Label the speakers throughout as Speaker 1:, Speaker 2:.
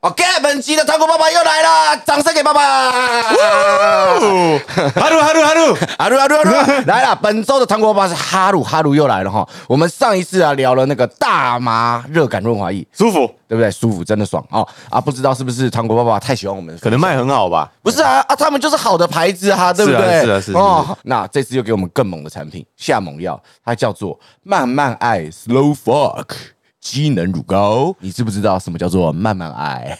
Speaker 1: OK，本期哦的糖果爸爸又来了，掌声给爸爸！
Speaker 2: 哦，哈鲁哈鲁哈鲁，
Speaker 1: 阿鲁阿鲁阿鲁 来了！本周的糖果爸爸是哈鲁哈鲁又来了哈。我们上一次啊聊了那个大麻热感润滑液，
Speaker 2: 舒服，
Speaker 1: 对不对？舒服，真的爽哦！啊，不知道是不是糖果爸爸太喜欢我们，
Speaker 2: 可能卖很好吧？
Speaker 1: 不是啊啊，他们就是好的牌子啊，对不对？
Speaker 2: 是啊是啊是
Speaker 1: 哦，那这次又给我们更猛的产品，下猛药，它叫做慢慢爱 Slow Fuck 机能乳膏。你知不知道什么叫做慢慢爱？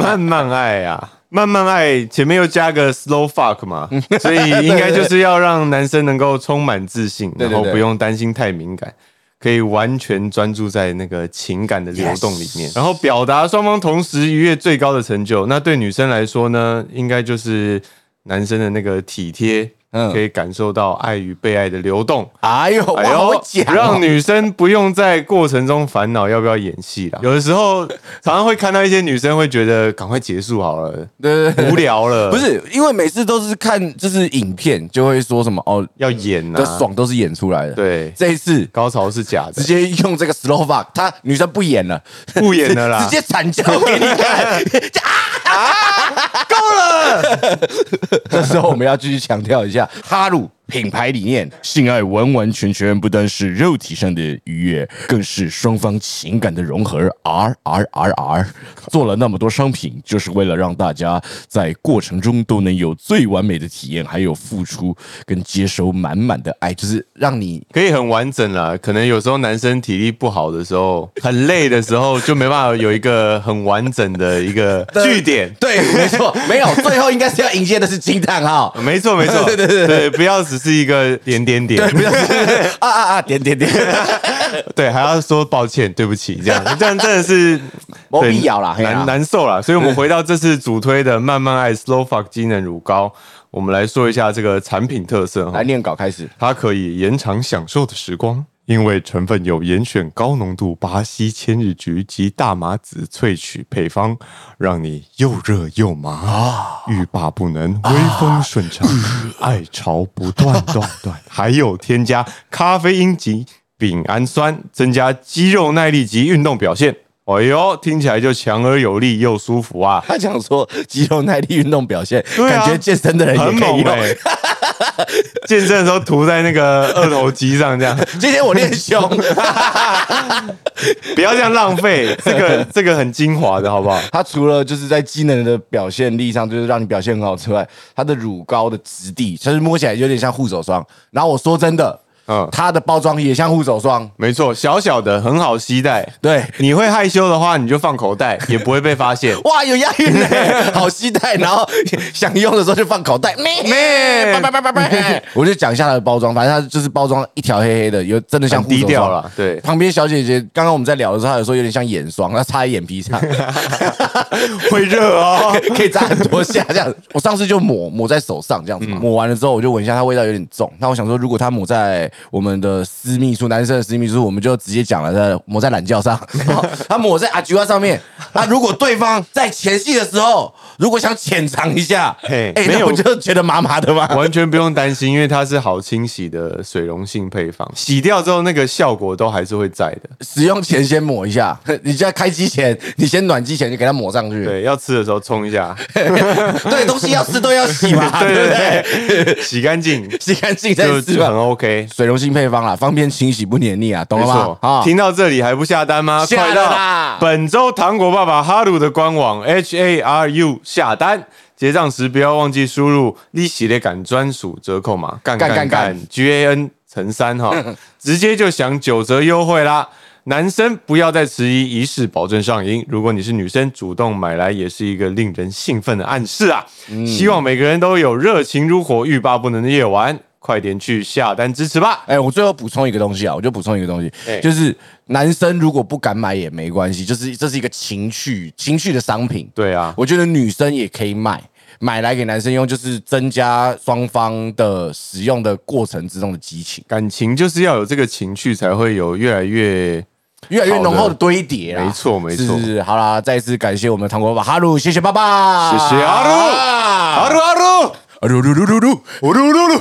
Speaker 2: 慢慢爱啊，慢慢爱，前面又加个 slow fuck 嘛，
Speaker 1: 嗯
Speaker 2: 所以应该就是要让男生能够充满自信，
Speaker 1: 对对
Speaker 2: 然
Speaker 1: 对
Speaker 2: 后不用担心太敏感。可以完全专注在那个情感的流动里面
Speaker 1: Yes
Speaker 2: 然后表达双方同时愉悦最高的成就。那对女生来说呢，应该就是男生的那个体贴，
Speaker 1: 嗯
Speaker 2: 可以感受到爱与被爱的流动。
Speaker 1: 哎呦，我
Speaker 2: 哎呦
Speaker 1: 好讲、哦，
Speaker 2: 让女生不用在过程中烦恼要不要演戏啦。有的时候常常会看到一些女生会觉得赶快结束好 了，
Speaker 1: 对对对
Speaker 2: 无聊了，
Speaker 1: 不是，因为每次都是看就是影片，就会说什么哦，
Speaker 2: 要演
Speaker 1: 的
Speaker 2: 啊，
Speaker 1: 爽都是演出来的。，
Speaker 2: 对，
Speaker 1: 这一次
Speaker 2: 高潮是假
Speaker 1: 直
Speaker 2: 的，
Speaker 1: 接用这个 slow fuck，她女生不演了，
Speaker 2: 不演了 啦
Speaker 1: 直，接惨叫给你看。就啊啊！够了！这时候我们要继续强调一下，哈鲁品牌理念，性爱完完全全不单是肉体上的愉悦，更是双方情感的融合。R R R R，做了那么多商品，就是为了让大家在过程中都能有最完美的体验，还有付出跟接收满满的爱，就是让你
Speaker 2: 可以很完整啦。可能有时候男生体力不好的时候，很累的时候，就没办法有一个很完整的一 个据点。
Speaker 1: 对，没错， 没有，最后应该是要迎接的是惊叹号。
Speaker 2: 没错，没 错，对对对对，不要只是一个点点点，
Speaker 1: 不要啊啊啊！点点点，
Speaker 2: 对，还要说抱歉，对不起，这样 这样真的是
Speaker 1: 没
Speaker 2: 对
Speaker 1: 必要啦嘿啊啦
Speaker 2: 难难受啦。所以，我们回到这次主推的慢慢爱 Slow Fuck 机能乳膏，我们来说一下这个产品特色哈
Speaker 1: 来，念稿开始。
Speaker 2: 它可以延长享受的时光。因为成分有严选高浓度巴西千日菊及大麻籽萃取配方，让你又热又麻
Speaker 1: 啊
Speaker 2: 欲罢不能，微风顺畅，爱潮不断断 断。还有添加咖啡因及丙氨酸，增加肌肉耐力及运动表现。哎呦，听起来就强而有力又舒服啊！
Speaker 1: 他讲说肌肉耐力运动表现，
Speaker 2: 对啊
Speaker 1: 感觉健身的人
Speaker 2: 很
Speaker 1: 也可以哦
Speaker 2: 猛
Speaker 1: 用。
Speaker 2: 哎、 健身的时候涂在那个二头肌上，这样
Speaker 1: 今天我练胸，
Speaker 2: 不要这样浪费，这个这个很精华的好不好？
Speaker 1: 他除了就是在机能的表现力上，就是让你表现很好之外，它的乳膏的质地，其实摸起来有点像护手霜。然后我说真的，嗯
Speaker 2: 嗯，
Speaker 1: 它的包装也像护手霜，
Speaker 2: 没错，小小的很好携带。
Speaker 1: 对。
Speaker 2: 你会害羞的话，你就放口袋，也不会被发现。
Speaker 1: 哇，有押韵 呢，好期待！然后想用的时候就放口 袋，咩咩，
Speaker 2: 咩
Speaker 1: 拜拜拜拜拜。 我就讲一下它的包装，反正它就是包装一条黑黑的，有真的像
Speaker 2: 很低
Speaker 1: 护手
Speaker 2: 调
Speaker 1: 霜
Speaker 2: 啦对
Speaker 1: 旁边小姐姐刚刚我们在聊的时候，她有说有点像眼霜，她擦在眼皮上，
Speaker 2: 会热哦，
Speaker 1: 可以扎很多下这 样子。我上次就抹抹在手上这样子
Speaker 2: 嗯
Speaker 1: 嘛，抹完了之后我就闻一下它味道有点重。那我想说，如果它抹在我们的私密处，男生的私密处，我们就直接讲了，在抹在懒 觉上，好它抹在阿菊花上面。那如果对方在前戏的时候，如果想浅尝一下，哎
Speaker 2: 嘿，没
Speaker 1: 那
Speaker 2: 有
Speaker 1: 我就觉得麻麻的嘛。
Speaker 2: 完全不用担心，因为它是好清洗的水溶性配方，洗掉之后那个效果都还是会在的。
Speaker 1: 使用前先抹一下，你在开机前，你先暖机前就给它抹上去。
Speaker 2: 对，要吃的时候冲一下，
Speaker 1: 对，东西要吃都要洗嘛，对
Speaker 2: 对
Speaker 1: 不
Speaker 2: 对
Speaker 1: 对？
Speaker 2: 啊对，洗干净
Speaker 1: 洗干净再
Speaker 2: 就
Speaker 1: 吃
Speaker 2: 就很
Speaker 1: 吧。
Speaker 2: OK。
Speaker 1: 水溶性配方啦，方便清洗不黏腻啊，懂
Speaker 2: 没
Speaker 1: 了吗
Speaker 2: 错？，
Speaker 1: 啊，
Speaker 2: 听到这里还不下单吗？
Speaker 1: 下了
Speaker 2: 快
Speaker 1: 啦
Speaker 2: 到本周糖果爸爸哈鲁的官网 H A R U 下单。结账时不要忘记输入利息的感专属折扣码干
Speaker 1: 干
Speaker 2: 干
Speaker 1: 干
Speaker 2: 干 G A N 乘三 哈，直接就享九折优惠啦！男生不要再迟疑，一试保证上瘾。如果你是女生，主动买来也是一个令人兴奋的暗示啊！
Speaker 1: 嗯
Speaker 2: 希望每个人都有热情如火、欲罢不能的夜晚，快点去下单支持吧！
Speaker 1: 哎、我最后补充一个东西啊，我就补充一个东西，
Speaker 2: 哎
Speaker 1: 就是男生如果不敢买也没关系，就是这是一个情趣情趣的商品，
Speaker 2: 对啊，
Speaker 1: 我觉得女生也可以买。买来给男生用，就是增加双方的使用的过程之中的激情，
Speaker 2: 感情就是要有这个情趣，才会有越来越
Speaker 1: 越来越浓
Speaker 2: 好
Speaker 1: 厚的
Speaker 2: 的
Speaker 1: 堆叠啦。
Speaker 2: 没错没错
Speaker 1: 是是是，好啦，再次感谢我们的糖果爸爸哈鲁，谢谢爸爸，啊
Speaker 2: 谢谢哈鲁
Speaker 1: 哈
Speaker 2: 鲁哦阿鲁，
Speaker 1: 鲁，鲁鲁鲁鲁鲁鲁鲁鲁，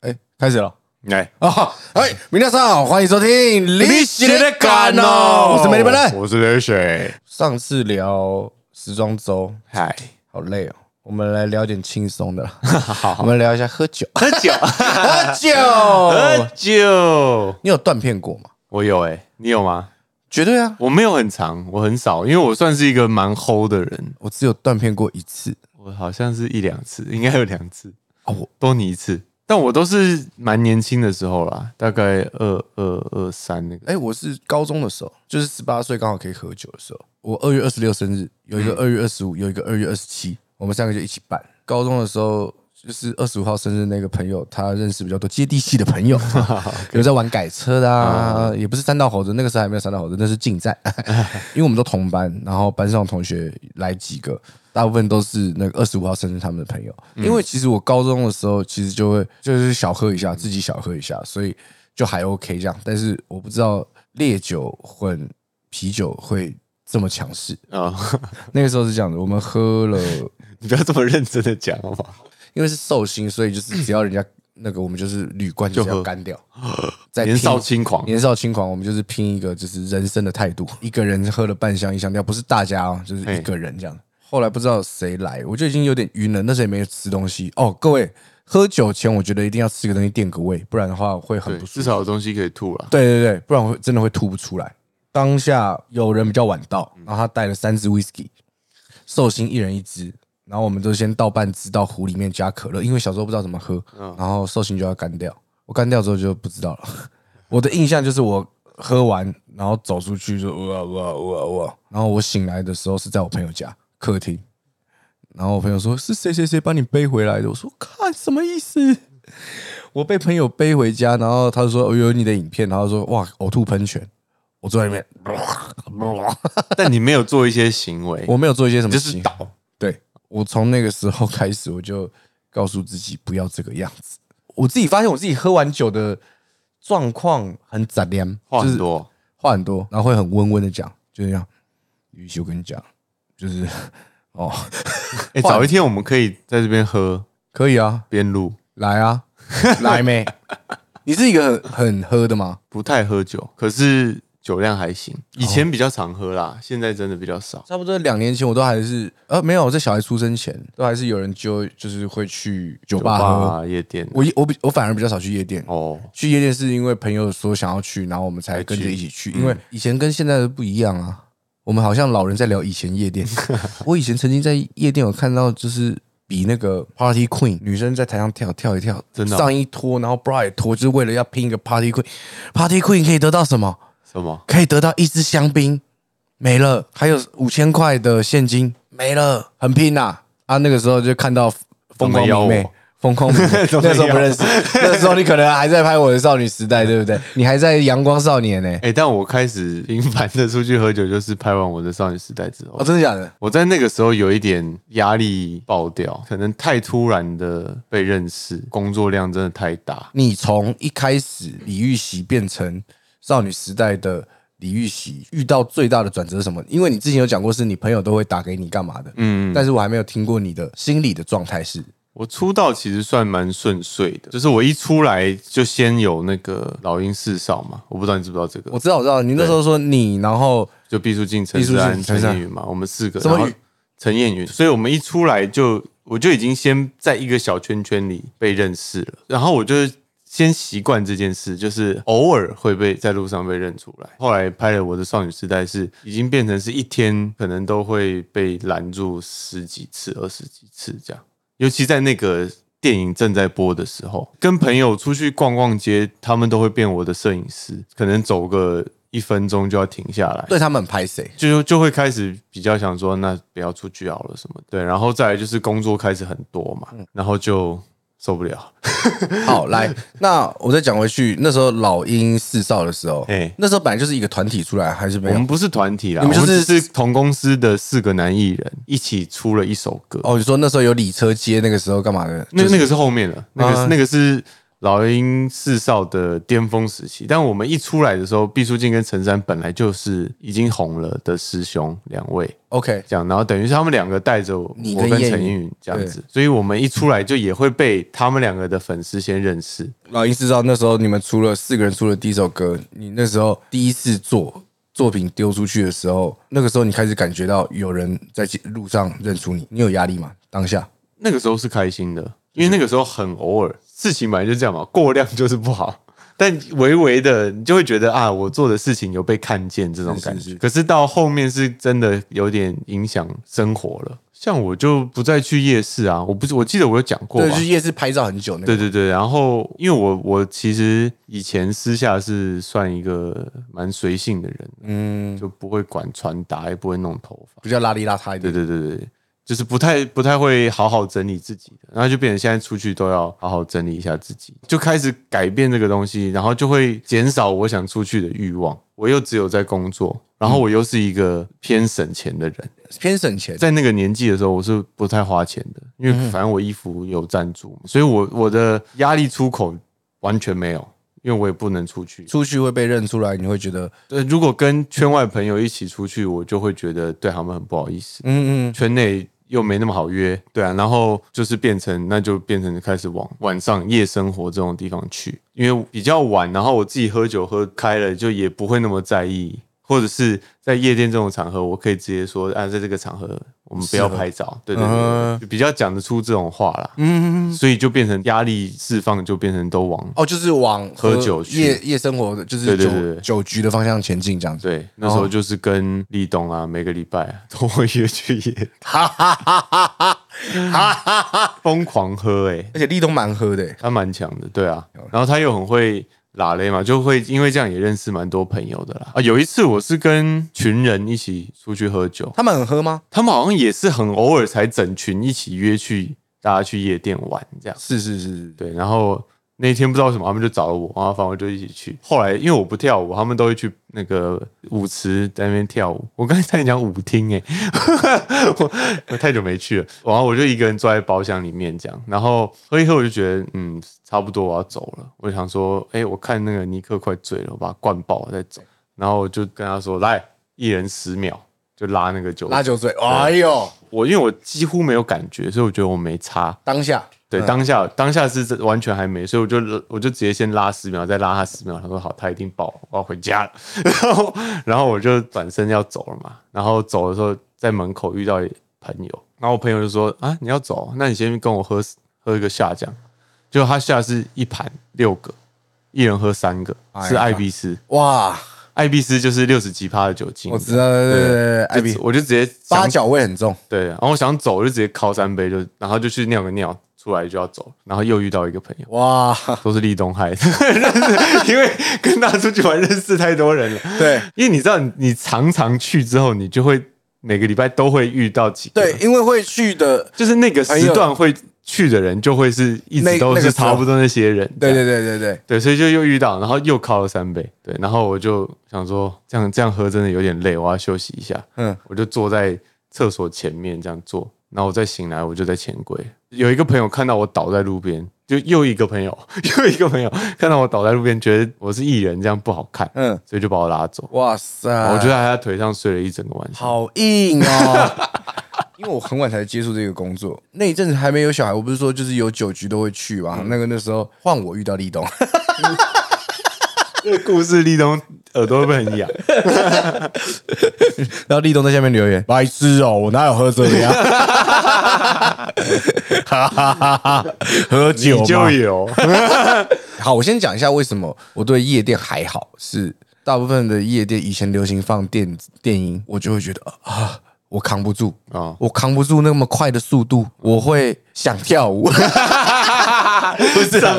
Speaker 1: 哎，开始了。
Speaker 2: 来，
Speaker 1: 啊，哎，明天上欢迎收听《历史的感哦》，我是美丽本人。
Speaker 2: 我是 l 水。
Speaker 1: 哦上次聊时装周，
Speaker 2: 嗨，
Speaker 1: 好累哦。我们来聊点轻松的， 好，我们聊一下 喝酒。
Speaker 2: 喝酒，
Speaker 1: 喝酒，
Speaker 2: 喝酒，
Speaker 1: 你有断片过吗？
Speaker 2: 我有哎、你有吗？
Speaker 1: 绝对啊，
Speaker 2: 我没有很长，我很少，因为我算是一个蛮齁的人，
Speaker 1: 我只有断片过一次。
Speaker 2: 我好像是一两次，应该有两次
Speaker 1: 哦我
Speaker 2: 多你一次，但我都是蛮年轻的时候啦，大概二二二三那个。
Speaker 1: 哎、我是高中的时候，就是十八岁刚好可以喝酒的时候。我二月二十六生日，有一个二月二十五，有一个二月二十七，我们三个就一起办。高中的时候，就是二十五号生日那个朋友，他认识比较多接地气的朋友，有在玩改车的啊，也不是三道猴子，那个时候还没有三道猴子，那是竞赛， 因为我们都同班，然后班上同学来几个。大部分都是那个二十五号生日他们的朋友，因为其实我高中的时候其实就会就是小喝一下，自己小喝一下，所以就还 OK 这样。但是我不知道烈酒混啤酒会这么强势。
Speaker 2: 啊、
Speaker 1: 那个时候是这样的，我们喝了，
Speaker 2: 你不要这么认真的讲好不好？
Speaker 1: 因为是寿星，所以就是只要人家 那个，我们就是铝罐就是
Speaker 2: 就
Speaker 1: 要
Speaker 2: 喝
Speaker 1: 干掉，再拼
Speaker 2: 年少轻狂，
Speaker 1: 年少轻狂，我们就是拼一个就是人生的态度，一个人喝了半箱一箱掉，不是大家哦，就是一个人这样。后来不知道谁来，我就已经有点晕了，那时候也没有吃东西哦。各位喝酒前，我觉得一定要吃个东西垫个胃，不然的话会很
Speaker 2: 对，
Speaker 1: 不舒服。
Speaker 2: 至少有东西可以吐了。
Speaker 1: 对对对，不然会真的会吐不出来。当下有人比较晚到，然后他带了三支 whisky，寿星一人一支，然后我们就先倒半支到壶里面加可乐，因为小时候不知道怎么喝，然后寿星就要干掉。我干掉之后就不知道了。 我的印象就是我喝完，然后走出去就哇哇哇哇，然后我醒来的时候是在我朋友家客厅，然后我朋友说是谁谁谁把你背回来的，我说看什么意思？我被朋友背回家，然后他说：“我、哦有你的影片。”然后说：“哇，呕吐喷泉。”我坐在里面，
Speaker 2: 但你没有做一些行为，
Speaker 1: 我没有做一些什
Speaker 2: 你
Speaker 1: 么
Speaker 2: 就
Speaker 1: 事
Speaker 2: 是
Speaker 1: 情。
Speaker 2: 倒。
Speaker 1: 对我从那个时候开始，我就告诉自己不要这个样子。我自己发现我自己喝完酒的状况很杂念，
Speaker 2: 话
Speaker 1: 就是
Speaker 2: 很多，
Speaker 1: 话很多，然后会很温温的讲，就这样。于是我跟你讲，就是 哦，
Speaker 2: 哎、早一天我们可以在这边喝
Speaker 1: 可以啊，
Speaker 2: 边录，
Speaker 1: 来啊，来没？你是一个很很喝的吗？
Speaker 2: 不太喝酒，可是酒量还行。以前比较常喝
Speaker 1: 哦
Speaker 2: 啦，现在真的比较少。
Speaker 1: 差不多两年前，我都还是呃没有，我在小孩出生前，都还是有人就就是会去酒
Speaker 2: 酒
Speaker 1: 吧
Speaker 2: 吧、
Speaker 1: 喝。
Speaker 2: 啊、夜店
Speaker 1: 我我比我反而比较少去夜店，
Speaker 2: 哦，
Speaker 1: 去夜店是因为朋友说想要去，然后我们才跟着一起去。
Speaker 2: 嗯
Speaker 1: 因为以前跟现在的不一样啊，我们好像老人在聊以前 夜店。我以前曾经在夜店有看到，就是比那个 Party Queen 女生在台上跳跳一跳，
Speaker 2: 真的哦
Speaker 1: 上衣脱，然后 bra 也脱，就是为了要拼一个 Party Queen。Party Queen 可以得到什么？
Speaker 2: 什么？
Speaker 1: 可以得到一支香槟，没了，还有五千块的现金没了，很拼呐、啊！那个时候就看到风光明媚，风光明 媚。那时候不认识，那时候你可能还在拍我的少女时 代，对不对？你还在阳光少年呢、
Speaker 2: 哎、但我开始频繁的出去喝酒，就是拍完我的少女时代之后
Speaker 1: 哦，，真的假的？
Speaker 2: 我在那个时候有一点压力爆掉，可能太突然的被认识，工作量真的太大。
Speaker 1: 你从一开始李玉玺变成少女时代的李玉玺，遇到最大的转折是什么？因为你之前有讲过，是你朋友都会打给你干嘛的，嗯，但是我还没有听过你的心理的状态是
Speaker 2: 我出道其实算蛮顺遂的，就是我一出来就先有那个老鹰四少嘛，我不知道你知不知道这个，
Speaker 1: 我知道，我知道，你那时候说你，然后
Speaker 2: 就毕书尽、陈
Speaker 1: 毕书
Speaker 2: 思
Speaker 1: 尽
Speaker 2: 安、
Speaker 1: 陈
Speaker 2: 陈
Speaker 1: 思安
Speaker 2: 燕云嘛，我们四个。
Speaker 1: 什么
Speaker 2: 然后
Speaker 1: 云
Speaker 2: 陈燕云，所以我们一出来就，我就已经先在一个小圈圈里被认识了，然后我就先习惯这件事，就是偶尔会被在路上被认出来。后来拍了我的少女时代是，已经变成是一天可能都会被拦住十几次、二十几次这样，尤其在那个。电影正在播的时候，跟朋友出去逛逛街，他们都会变我的摄影师，可能走个一分钟就要停下来，
Speaker 1: 对他们很拍谁？
Speaker 2: 就就会开始比较想说，那不要出去好了什么的。对，然后再来就是工作开始很多嘛，
Speaker 1: 嗯
Speaker 2: 然后就受不了。
Speaker 1: 好，来，那我再讲回去，那时候老鹰四少的时候，
Speaker 2: 哎
Speaker 1: 那时候本来就是一个团体出来，还是没
Speaker 2: 我们
Speaker 1: 有？
Speaker 2: 不是团体啦，
Speaker 1: 你们就是
Speaker 2: 我们只是同公司的四个男艺人一起出了一首歌。
Speaker 1: 哦，你说那时候有李车街那个时候干嘛的？
Speaker 2: 那
Speaker 1: 就是
Speaker 2: 那个是后面了，那个是、
Speaker 1: 啊
Speaker 2: 那个是老鹰四少的巅峰时期。但我们一出来的时候，毕书尽跟陈山本来就是已经红了的师兄两位，
Speaker 1: OK，
Speaker 2: 这样，然后等于是他们两个带着我
Speaker 1: 你
Speaker 2: 我
Speaker 1: 跟
Speaker 2: 跟
Speaker 1: 燕
Speaker 2: 陈
Speaker 1: 云
Speaker 2: 燕云这样子，所以我们一出来就也会被他们两个的粉丝先认识。
Speaker 1: 老鹰四少那时候你们出了四个人出了第一首歌，你那时候第一次做作品丢出去的时候，那个时候你开始感觉到有人在街路上认出你，你有压力吗？当下
Speaker 2: 那个时候是开心
Speaker 1: 嗯
Speaker 2: 的，因为那个时候很偶尔，事情本来就这样嘛，过量就是不好。 但微微的，你就会觉得啊，我做的事情有被看见这种感觉。
Speaker 1: 是是是
Speaker 2: 可是到后面是真的有点影响生活了。像我就不再去夜市啊，我不是我记得我有讲过吧？
Speaker 1: 对，就是夜市拍照很久那
Speaker 2: 对
Speaker 1: 个，
Speaker 2: 对对，然后因为我我其实以前私下是算一个蛮随性的人，
Speaker 1: 嗯，
Speaker 2: 就不会管穿搭，也不会弄头发。
Speaker 1: 比较邋里邋遢一
Speaker 2: 对
Speaker 1: 点。
Speaker 2: 对对对，就是不太不太会好好整理自己的，然后就变成现在出去都要好好整理一下自己，就开始改变这个东西，然后就会减少我想出去的欲望。我又只有在工作，然后我又是一个偏省钱的人，
Speaker 1: 偏省钱，
Speaker 2: 在那个年纪的时候，我是不太花钱的，因为反正我衣服有赞助，所以我我的压力出口完全没有，因为我也不能出去。
Speaker 1: 出去会被认出来，你会觉得，
Speaker 2: 对，如果跟圈外朋友一起出去，我就会觉得对他们很不好意思。
Speaker 1: 嗯嗯，
Speaker 2: 圈内又没那么好约，对啊，然后就是变成那就变成开始往晚上夜生活这种地方去，因为比较晚，然后我自己喝酒喝开了，就也不会那么在意，或者是在夜店这种场合，我可以直接说啊，在这个场合我们不要拍照，对对对对，
Speaker 1: 嗯
Speaker 2: 就比较讲得出这种话啦，嗯，所以就变成压力释放，就变成都往
Speaker 1: 哦，就是往
Speaker 2: 喝酒去
Speaker 1: 夜夜生活的，就
Speaker 2: 对
Speaker 1: 是
Speaker 2: 对对
Speaker 1: 酒
Speaker 2: 对
Speaker 1: 酒局的方向前进这样子。
Speaker 2: 对，那时候就是跟立冬啊，每个礼拜、啊、都会约去夜，
Speaker 1: 哈哈哈哈哈哈哈哈！
Speaker 2: 疯狂喝哎、欸
Speaker 1: 而且立冬蛮喝的欸，
Speaker 2: 他蛮强的，对啊。然后他又很会拉勒嘛，就会因为这样也认识蛮多朋友的啦。啊，有一次我是跟群人一起出去喝酒，
Speaker 1: 他们很喝吗？
Speaker 2: 他们好像也是很偶尔才整群一起约去大家去夜店玩这样。
Speaker 1: 是是是，
Speaker 2: 对，然后那天不知道为什么他们就找了我，然后反正我就一起去。后来因为我不跳舞，他们都会去那个舞池在那边跳舞。我刚才差点讲舞厅 哎、我我太久没去了。然后我就一个人坐在包厢里面这样，然后喝一喝我就觉得嗯差不多我要走了，我就想说哎、我看那个尼克快醉了，我把他灌爆我再走。然后我就跟他说来一人十秒。就拉那个酒，
Speaker 1: 拉酒醉，哎呦，
Speaker 2: 我因为我几乎没有感觉，所以我觉得我没差。
Speaker 1: 当下
Speaker 2: 对，当下当下是真完全还没，所以我就我就直接先拉十秒，再拉他十秒。他说好，他一定爆，我要回家了。 然后然后我就转身要走了嘛，然后走的时候在门口遇到朋友，然后我朋友就说啊你要走，那你先跟我喝喝一个下酱。结果他下是一盘六个，一人喝三个，
Speaker 1: 哎呀
Speaker 2: 是艾必斯，
Speaker 1: 哇，
Speaker 2: 艾必斯就是六十几趴的酒精。
Speaker 1: 我知道，对对对，艾
Speaker 2: 就
Speaker 1: 比
Speaker 2: 我就直接想
Speaker 1: 八角味很重，
Speaker 2: 对，然后我想走就直接敲三杯，就然后就去尿个尿，出来就要走，然后又遇到一个朋友，
Speaker 1: 哇，
Speaker 2: 都是立冬害的，认识因为跟他出去玩认识太多人了。
Speaker 1: 对
Speaker 2: 因为你知道，你你常常去之后，你就会每个礼拜都会遇到几个，
Speaker 1: 对，，因为会去的，
Speaker 2: 就是那个时段会去的人，就会是一直
Speaker 1: 那
Speaker 2: 都
Speaker 1: 那
Speaker 2: 是
Speaker 1: 个时候
Speaker 2: 差不多那些人。
Speaker 1: 对
Speaker 2: 这
Speaker 1: 对
Speaker 2: 样
Speaker 1: 对对对，
Speaker 2: 对，所以就又遇到，然后又靠了三杯，对，然后我就想说，这样这样喝真的有点累，我要休息一下。
Speaker 1: 嗯，
Speaker 2: 我就坐在厕所前面这样坐，然后我再醒来，我就在钱柜。有一个朋友看到我倒在路边，就又一个朋友， 又一个朋友看到我倒在路边，觉得我是艺人，这样不好看，
Speaker 1: 嗯哎
Speaker 2: 所以就把我拉走。
Speaker 1: 哇塞，
Speaker 2: 我就在他腿上睡了一整个晚上。
Speaker 1: 好 硬哦。因为我很晚才接触这个工作，那一阵子还没有小孩，我不是说就是有酒局都会去
Speaker 2: 嗯
Speaker 1: 嘛。那个那时候换我遇到立冬，
Speaker 2: 这个 故事立冬耳朵会不会很痒？
Speaker 1: 然后立冬在下面留言：“白痴哦，我哪有喝这个呀？ 哈哈哈哈喝酒
Speaker 2: 你
Speaker 1: 嘛
Speaker 2: 就有，
Speaker 1: 好，我先讲一下为什么我对夜店还好，是大部分的夜店以前流行放电电音，我就会觉得啊，我扛不住
Speaker 2: 哦
Speaker 1: 啊，我扛不住那么快的速度，我会想跳舞。 不是啊、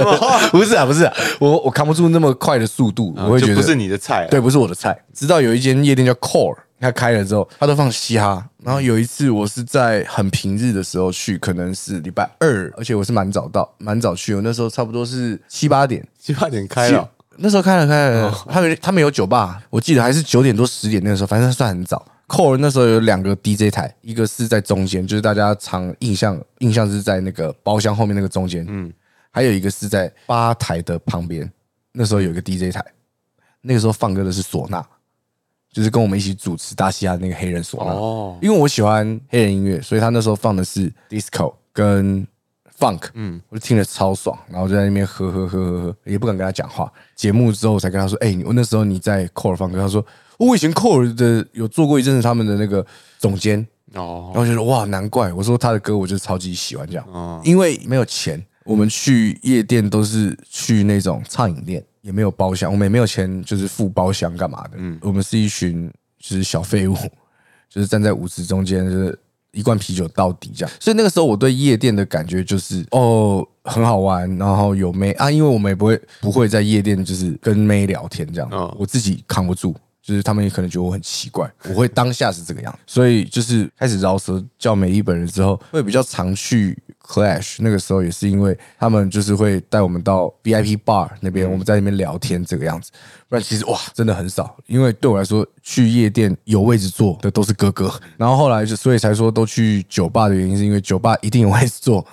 Speaker 1: 不是啊，不是啊，我我扛不住那么快的速度，我会觉
Speaker 2: 就
Speaker 1: 得
Speaker 2: 不是你的菜。
Speaker 1: 啊
Speaker 2: 啊
Speaker 1: 对，，不是我的菜。啊直到有一间夜店叫 Core，它开了之后，它都放嘻哈。然后有一次我是在很平日的时候去，可能是礼拜二，而且我是蛮早到，蛮早去。我那时候差不多是七八点，
Speaker 2: 七八点开了，哦
Speaker 1: 那时候开了开了，他们他们有酒吧，我记得还是九点多十点那个时候，反正算很早。Core 那时候有两个 DJ 台，一个是在中间，就是大家常印象印象是在那个包厢后面那个中间，嗯，还有一个是在吧台的旁边。那时候有一个 DJ 台，那个时候放歌的是唢呐，就是跟我们一起主持大西亚那个黑人唢呐。
Speaker 2: 哦
Speaker 1: 因为我喜欢黑人音乐，所以他那时候放的是 disco 跟 funk，嗯，我就听得超爽，然后就在那边喝喝喝喝喝，也不敢跟他讲话。节目之后我才跟他说，哎、你我那时候你在 core 放歌，他说我以前 Core 的有做过一阵子他们的那个总监，然
Speaker 2: 哦，
Speaker 1: 后就说哇，难怪我说他的歌我就超级喜欢这样，因为没有钱，我们去夜店都是去那种畅饮店，也没有包厢，我们也没有钱就是付包厢干嘛的，我们是一群就是小废物， 就是站在舞池中间，就是一罐啤酒到底这样，所以那个时候我对夜店的感觉就是哦。很好玩，然后有妹啊，因为我们也不会不会在夜店就是跟妹聊天这样，
Speaker 2: 嗯
Speaker 1: 我自己扛不住，就是他们也可能觉得我很奇怪， 我会当下是这个样子，所以就是开始饶舌叫美一本人之后，会比较常去 Clash，那个时候也是因为他们就是会带我们到 VIP bar 那边，我们在那边聊天这个样子，不然其实哇真的很少，因为对我来说去夜店有位置坐的都是哥哥，然后后来就所以才说都去酒吧的原因是因为酒吧一定有位置坐，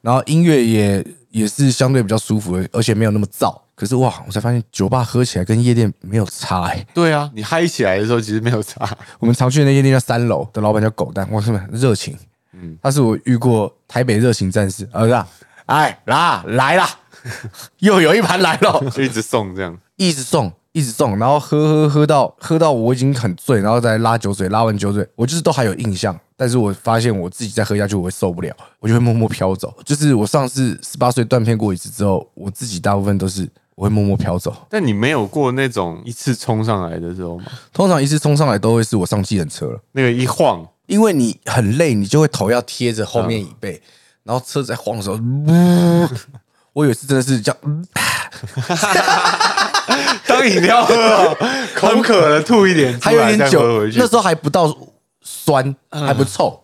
Speaker 1: 然后音乐也也是相对比较舒服的，而且没有那么燥。可是哇，我才发现酒吧喝起来跟夜店没有差哎、
Speaker 2: 对啊，你嗨起来的时候其实没有差，
Speaker 1: 我们常去的那夜店叫三楼的老板叫狗蛋，哇，他们热情，嗯，他是我遇过台北热情战士，儿子、啊，哎啦来啦， 又有一盘来了，
Speaker 2: 就一直送这样。
Speaker 1: 一直送，一直送，然后喝喝喝到喝到我已经很醉，然后再拉酒嘴，拉完酒嘴，我就是都还有印象，但是我发现我自己再喝下去我会受不了，我就会默默飘走。就是我上次十八岁断片过一次之后，我自己大部分都是我会默默飘走。
Speaker 2: 但你没有过那种一次冲上来的时候吗？
Speaker 1: 通常一次冲上来都会是我上计程车了，
Speaker 2: 那个一晃，
Speaker 1: 因为你很累，你就会头要贴着后面椅背，
Speaker 2: 嗯
Speaker 1: 然后车子在晃的时候， 我有一次真的是这样。
Speaker 2: 当饮料喝、哦，口渴了吐一 点出
Speaker 1: 还有
Speaker 2: 来，
Speaker 1: 一点
Speaker 2: 再喝
Speaker 1: 酒
Speaker 2: 回，去嗯
Speaker 1: 那时候还不到酸，还不臭，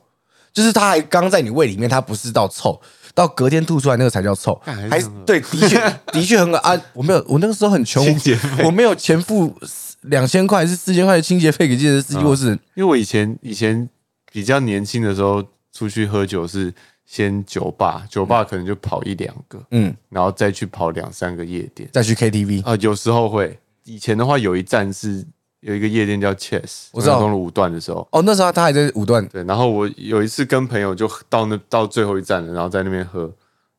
Speaker 1: 就是它还刚在你胃里面，它不是到臭，到隔天吐出来那个才叫臭，
Speaker 2: 还
Speaker 1: 还
Speaker 2: 是
Speaker 1: 是对，的 确的确很恶啊！我没有，我那个时候很穷
Speaker 2: 清洁费，
Speaker 1: 我没有钱付两千块还是四千块的清洁费给这些司
Speaker 2: 嗯
Speaker 1: 机，或是
Speaker 2: 因为我以前以前比较年轻的时候出去喝酒是先酒吧，酒吧可能就跑一两个，
Speaker 1: 嗯
Speaker 2: 嗯，然后再去跑两三个夜店
Speaker 1: 再去 KTV。
Speaker 2: 啊、有时候会。以前的话有一站是有一个夜店叫 Chess，
Speaker 1: 我知道
Speaker 2: 中路五段的时候。
Speaker 1: 哦，那时候他还在五段，
Speaker 2: 对，然后我有一次跟朋友就到那到最后一站了，然后在那边喝，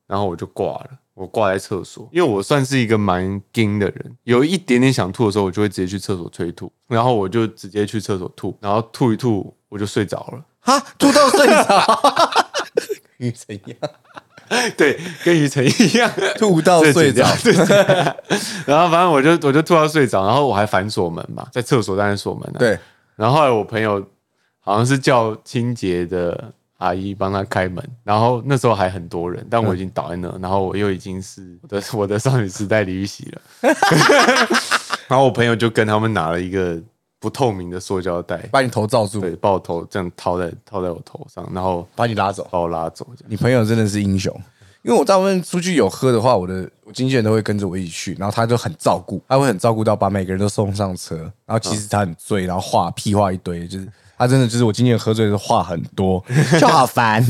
Speaker 2: 然后我就挂了，我挂在厕所，因为我算是一个蛮硬的人，有一点点想吐的时候，我就会直接去厕所催吐，然后我就直接去厕所吐，然后吐一吐我就睡着了。
Speaker 1: 哈，吐到睡着。你怎样？
Speaker 2: 对，跟于晨一 样，
Speaker 1: 吐到睡着。
Speaker 2: 对， 剪掉然后反正我就我就吐到睡着，然后我还反锁门嘛，在厕所当然锁门了、啊。
Speaker 1: 对，
Speaker 2: 然后后来我朋友好像是叫清洁的阿姨帮他开门，然后那时候还很多人，但我已经倒在那，然后我又已经是我的 我的少女时代李玉玺了， 然后我朋友就跟他们拿了一个不透明的塑胶袋，
Speaker 1: 把你头罩住，
Speaker 2: 对，把我头这样套在套在我头上，然后
Speaker 1: 把你拉走。
Speaker 2: 把我拉走这样。
Speaker 1: 你朋友真的是英雄，因为我大部分出去有喝的话，我的我经纪人都会跟着我一起去，然后他就很照顾，他会很照顾到把每个人都送上车，然后其实他很醉，然后话屁话一堆，就是他真的就是我今天喝醉的时候话很多，就好 烦，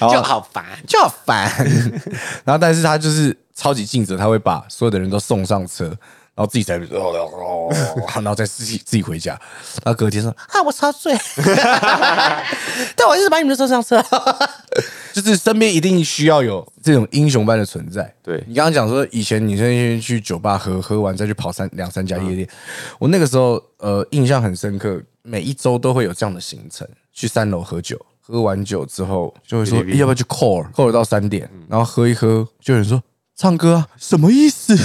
Speaker 1: 就好烦，就好烦。 然后但是他就是超级尽责，他会把所有的人都送上车，然后自己才哦然后再自己自己回家。然后隔天说啊，我超醉， 但我还是把你们都送上车。 就是身边一定需要有这种英雄般的存在。
Speaker 2: 对
Speaker 1: 你刚刚讲说，以前女生先去酒吧喝，喝完再去跑三两三家夜店。我那个时候呃印象很深刻，每一周都会有这样的行程，去三楼喝酒。喝完酒之后就会说、
Speaker 2: KTV
Speaker 1: 要不要去 core，core 到三点，然后喝一喝，就有人说唱歌啊，什么意思？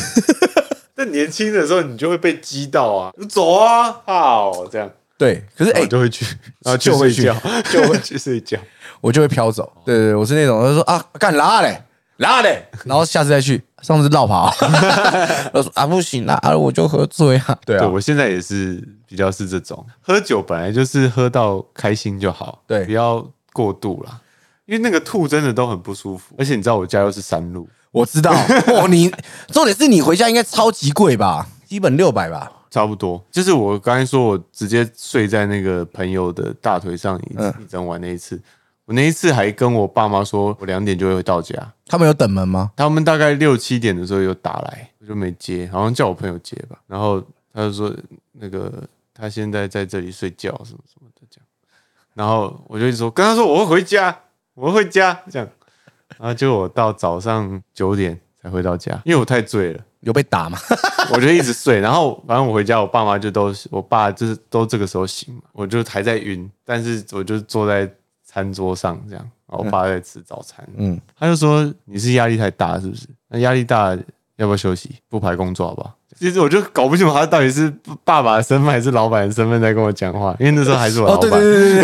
Speaker 2: 但年轻的时候你就会被激到啊，你走啊，好这样，
Speaker 1: 对，可是哎、
Speaker 2: 我就会去，然后去
Speaker 1: 就会
Speaker 2: 睡
Speaker 1: 去
Speaker 2: 觉，
Speaker 1: 就会
Speaker 2: 去睡觉。
Speaker 1: 我就会飘走。对对对，我是那种，他说啊，干拉嘞，拉 嘞，然后下次再去，上次绕 跑，他说啊不行啦，啊我就喝醉啊。 对
Speaker 2: 对，我现在也是比较是这种，喝酒本来就是喝到开心就好，
Speaker 1: 对
Speaker 2: 不要过度啦，因为那个吐真的都很不舒服，而且你知道我家又是山路，
Speaker 1: 我知 道。哦，你重点是你回家应该超级贵吧？基本六百吧。
Speaker 2: 差不多，就是我刚才说我直接睡在那个朋友的大腿上一、一整晚那一次，我那一次还跟我爸妈说我两点就会到家，
Speaker 1: 他们有等门吗？
Speaker 2: 他们大概六七点的时候有打来，我就没接，好像叫我朋友接吧。然后他就说那个他现在在这里睡觉什么什么的这样。然后我就一直说跟他说我会回家，我会回家这样。然后结果我到早上九点才回到家，因为我太醉了，
Speaker 1: 有被打吗？
Speaker 2: 我就一直睡。然后反正我回家，我爸妈就都我爸就是都这个时候醒嘛，我就还在晕，但是我就坐在餐桌上这样，然后我爸在吃早餐，嗯，他就说你是压力太大是不是？那压力大要不要休息？不排工作好不好？其实我就搞不清楚他到底是爸爸的身份还是老板的身份在跟我讲话，因为那时候还是我老板，
Speaker 1: 哦对对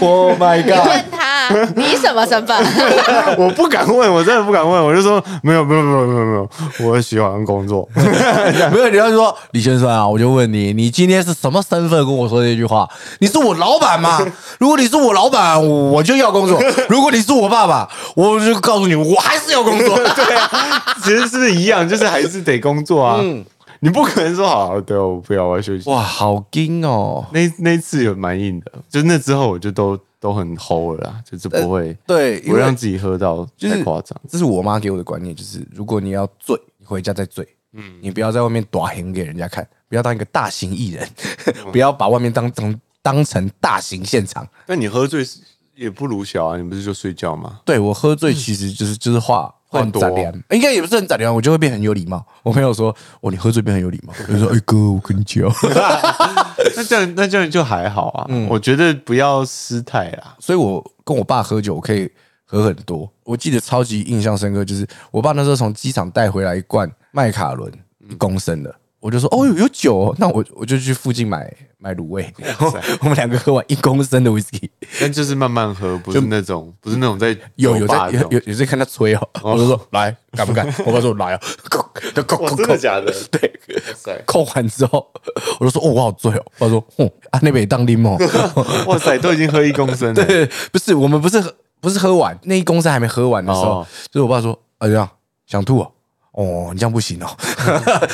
Speaker 1: 对，Oh my
Speaker 3: 你问他你什么身份？
Speaker 2: 我不敢问，我真的不敢问，我就说没有没有没有没有没有，我喜欢工作。
Speaker 1: 没有，你要说李先生啊，我就问你，你今天是什么身份跟我说这句话？你是我老板 吗？如果你是我老板，我就要工作；如果你是我爸爸，我就告诉你，我还是要工 作。
Speaker 2: 对啊，其实是不是一样，就是还是得工作啊。你不可能说好，对、我不要，我要休息。
Speaker 1: 哇，好硬哦！
Speaker 2: 那那一次有蛮硬的，就那之后我就都都很齁了啦，就是不会，
Speaker 1: 对，因
Speaker 2: 不
Speaker 1: 为
Speaker 2: 让自己喝到
Speaker 1: 就是
Speaker 2: 太夸张。
Speaker 1: 这是我妈给我的观念，就是如果你要醉，你回家再醉，嗯，你不要在外面耍狠给人家看，不要当一个大型艺人， 不要把外面当成当成大型现场。
Speaker 2: 但你喝醉也不如小啊，你不是就睡觉吗？
Speaker 1: 对我喝醉其实就是就是话
Speaker 2: 话
Speaker 1: 很
Speaker 2: 嗯多
Speaker 1: 斩凉，应该也不是很斩凉，我就会变很有礼貌。我朋友说，哦，你喝醉变很有礼貌，我就说，哎哥，我跟你讲，
Speaker 2: 那这样那这样就还好啊。我觉得不要失态啦。
Speaker 1: 所以我跟我爸喝酒，我可以喝很多。我记得超级印象深刻，就是我爸那时候从机场带回来一罐麦卡伦，
Speaker 2: 嗯
Speaker 1: 一公升的。我就说哦，有有酒、哦，那我我就去附近买买卤味，然后我们两个喝完一公升的 whisky，
Speaker 2: 但就是慢慢喝，不是那种不是那种在
Speaker 1: 有有
Speaker 2: 酒
Speaker 1: 在
Speaker 2: 吧
Speaker 1: 有
Speaker 2: 那
Speaker 1: 有
Speaker 2: 种
Speaker 1: 有在看他吹哦，我就说来敢不敢？我爸说来啊，扣扣扣
Speaker 2: 哇
Speaker 1: 扣
Speaker 2: 真的假 的？
Speaker 1: 对，
Speaker 2: 哇塞
Speaker 1: 扣完之后，我就说哦，我好醉哦。他说，哼，啊那边也当拎哦。
Speaker 2: 哇塞，都已经喝一公 升了。
Speaker 1: 对，不是我们不是喝不是喝完那一公升还没喝完的时候，
Speaker 2: 哦
Speaker 1: 就是我爸说，哎呀，想吐哦。哦，你这样不行哦。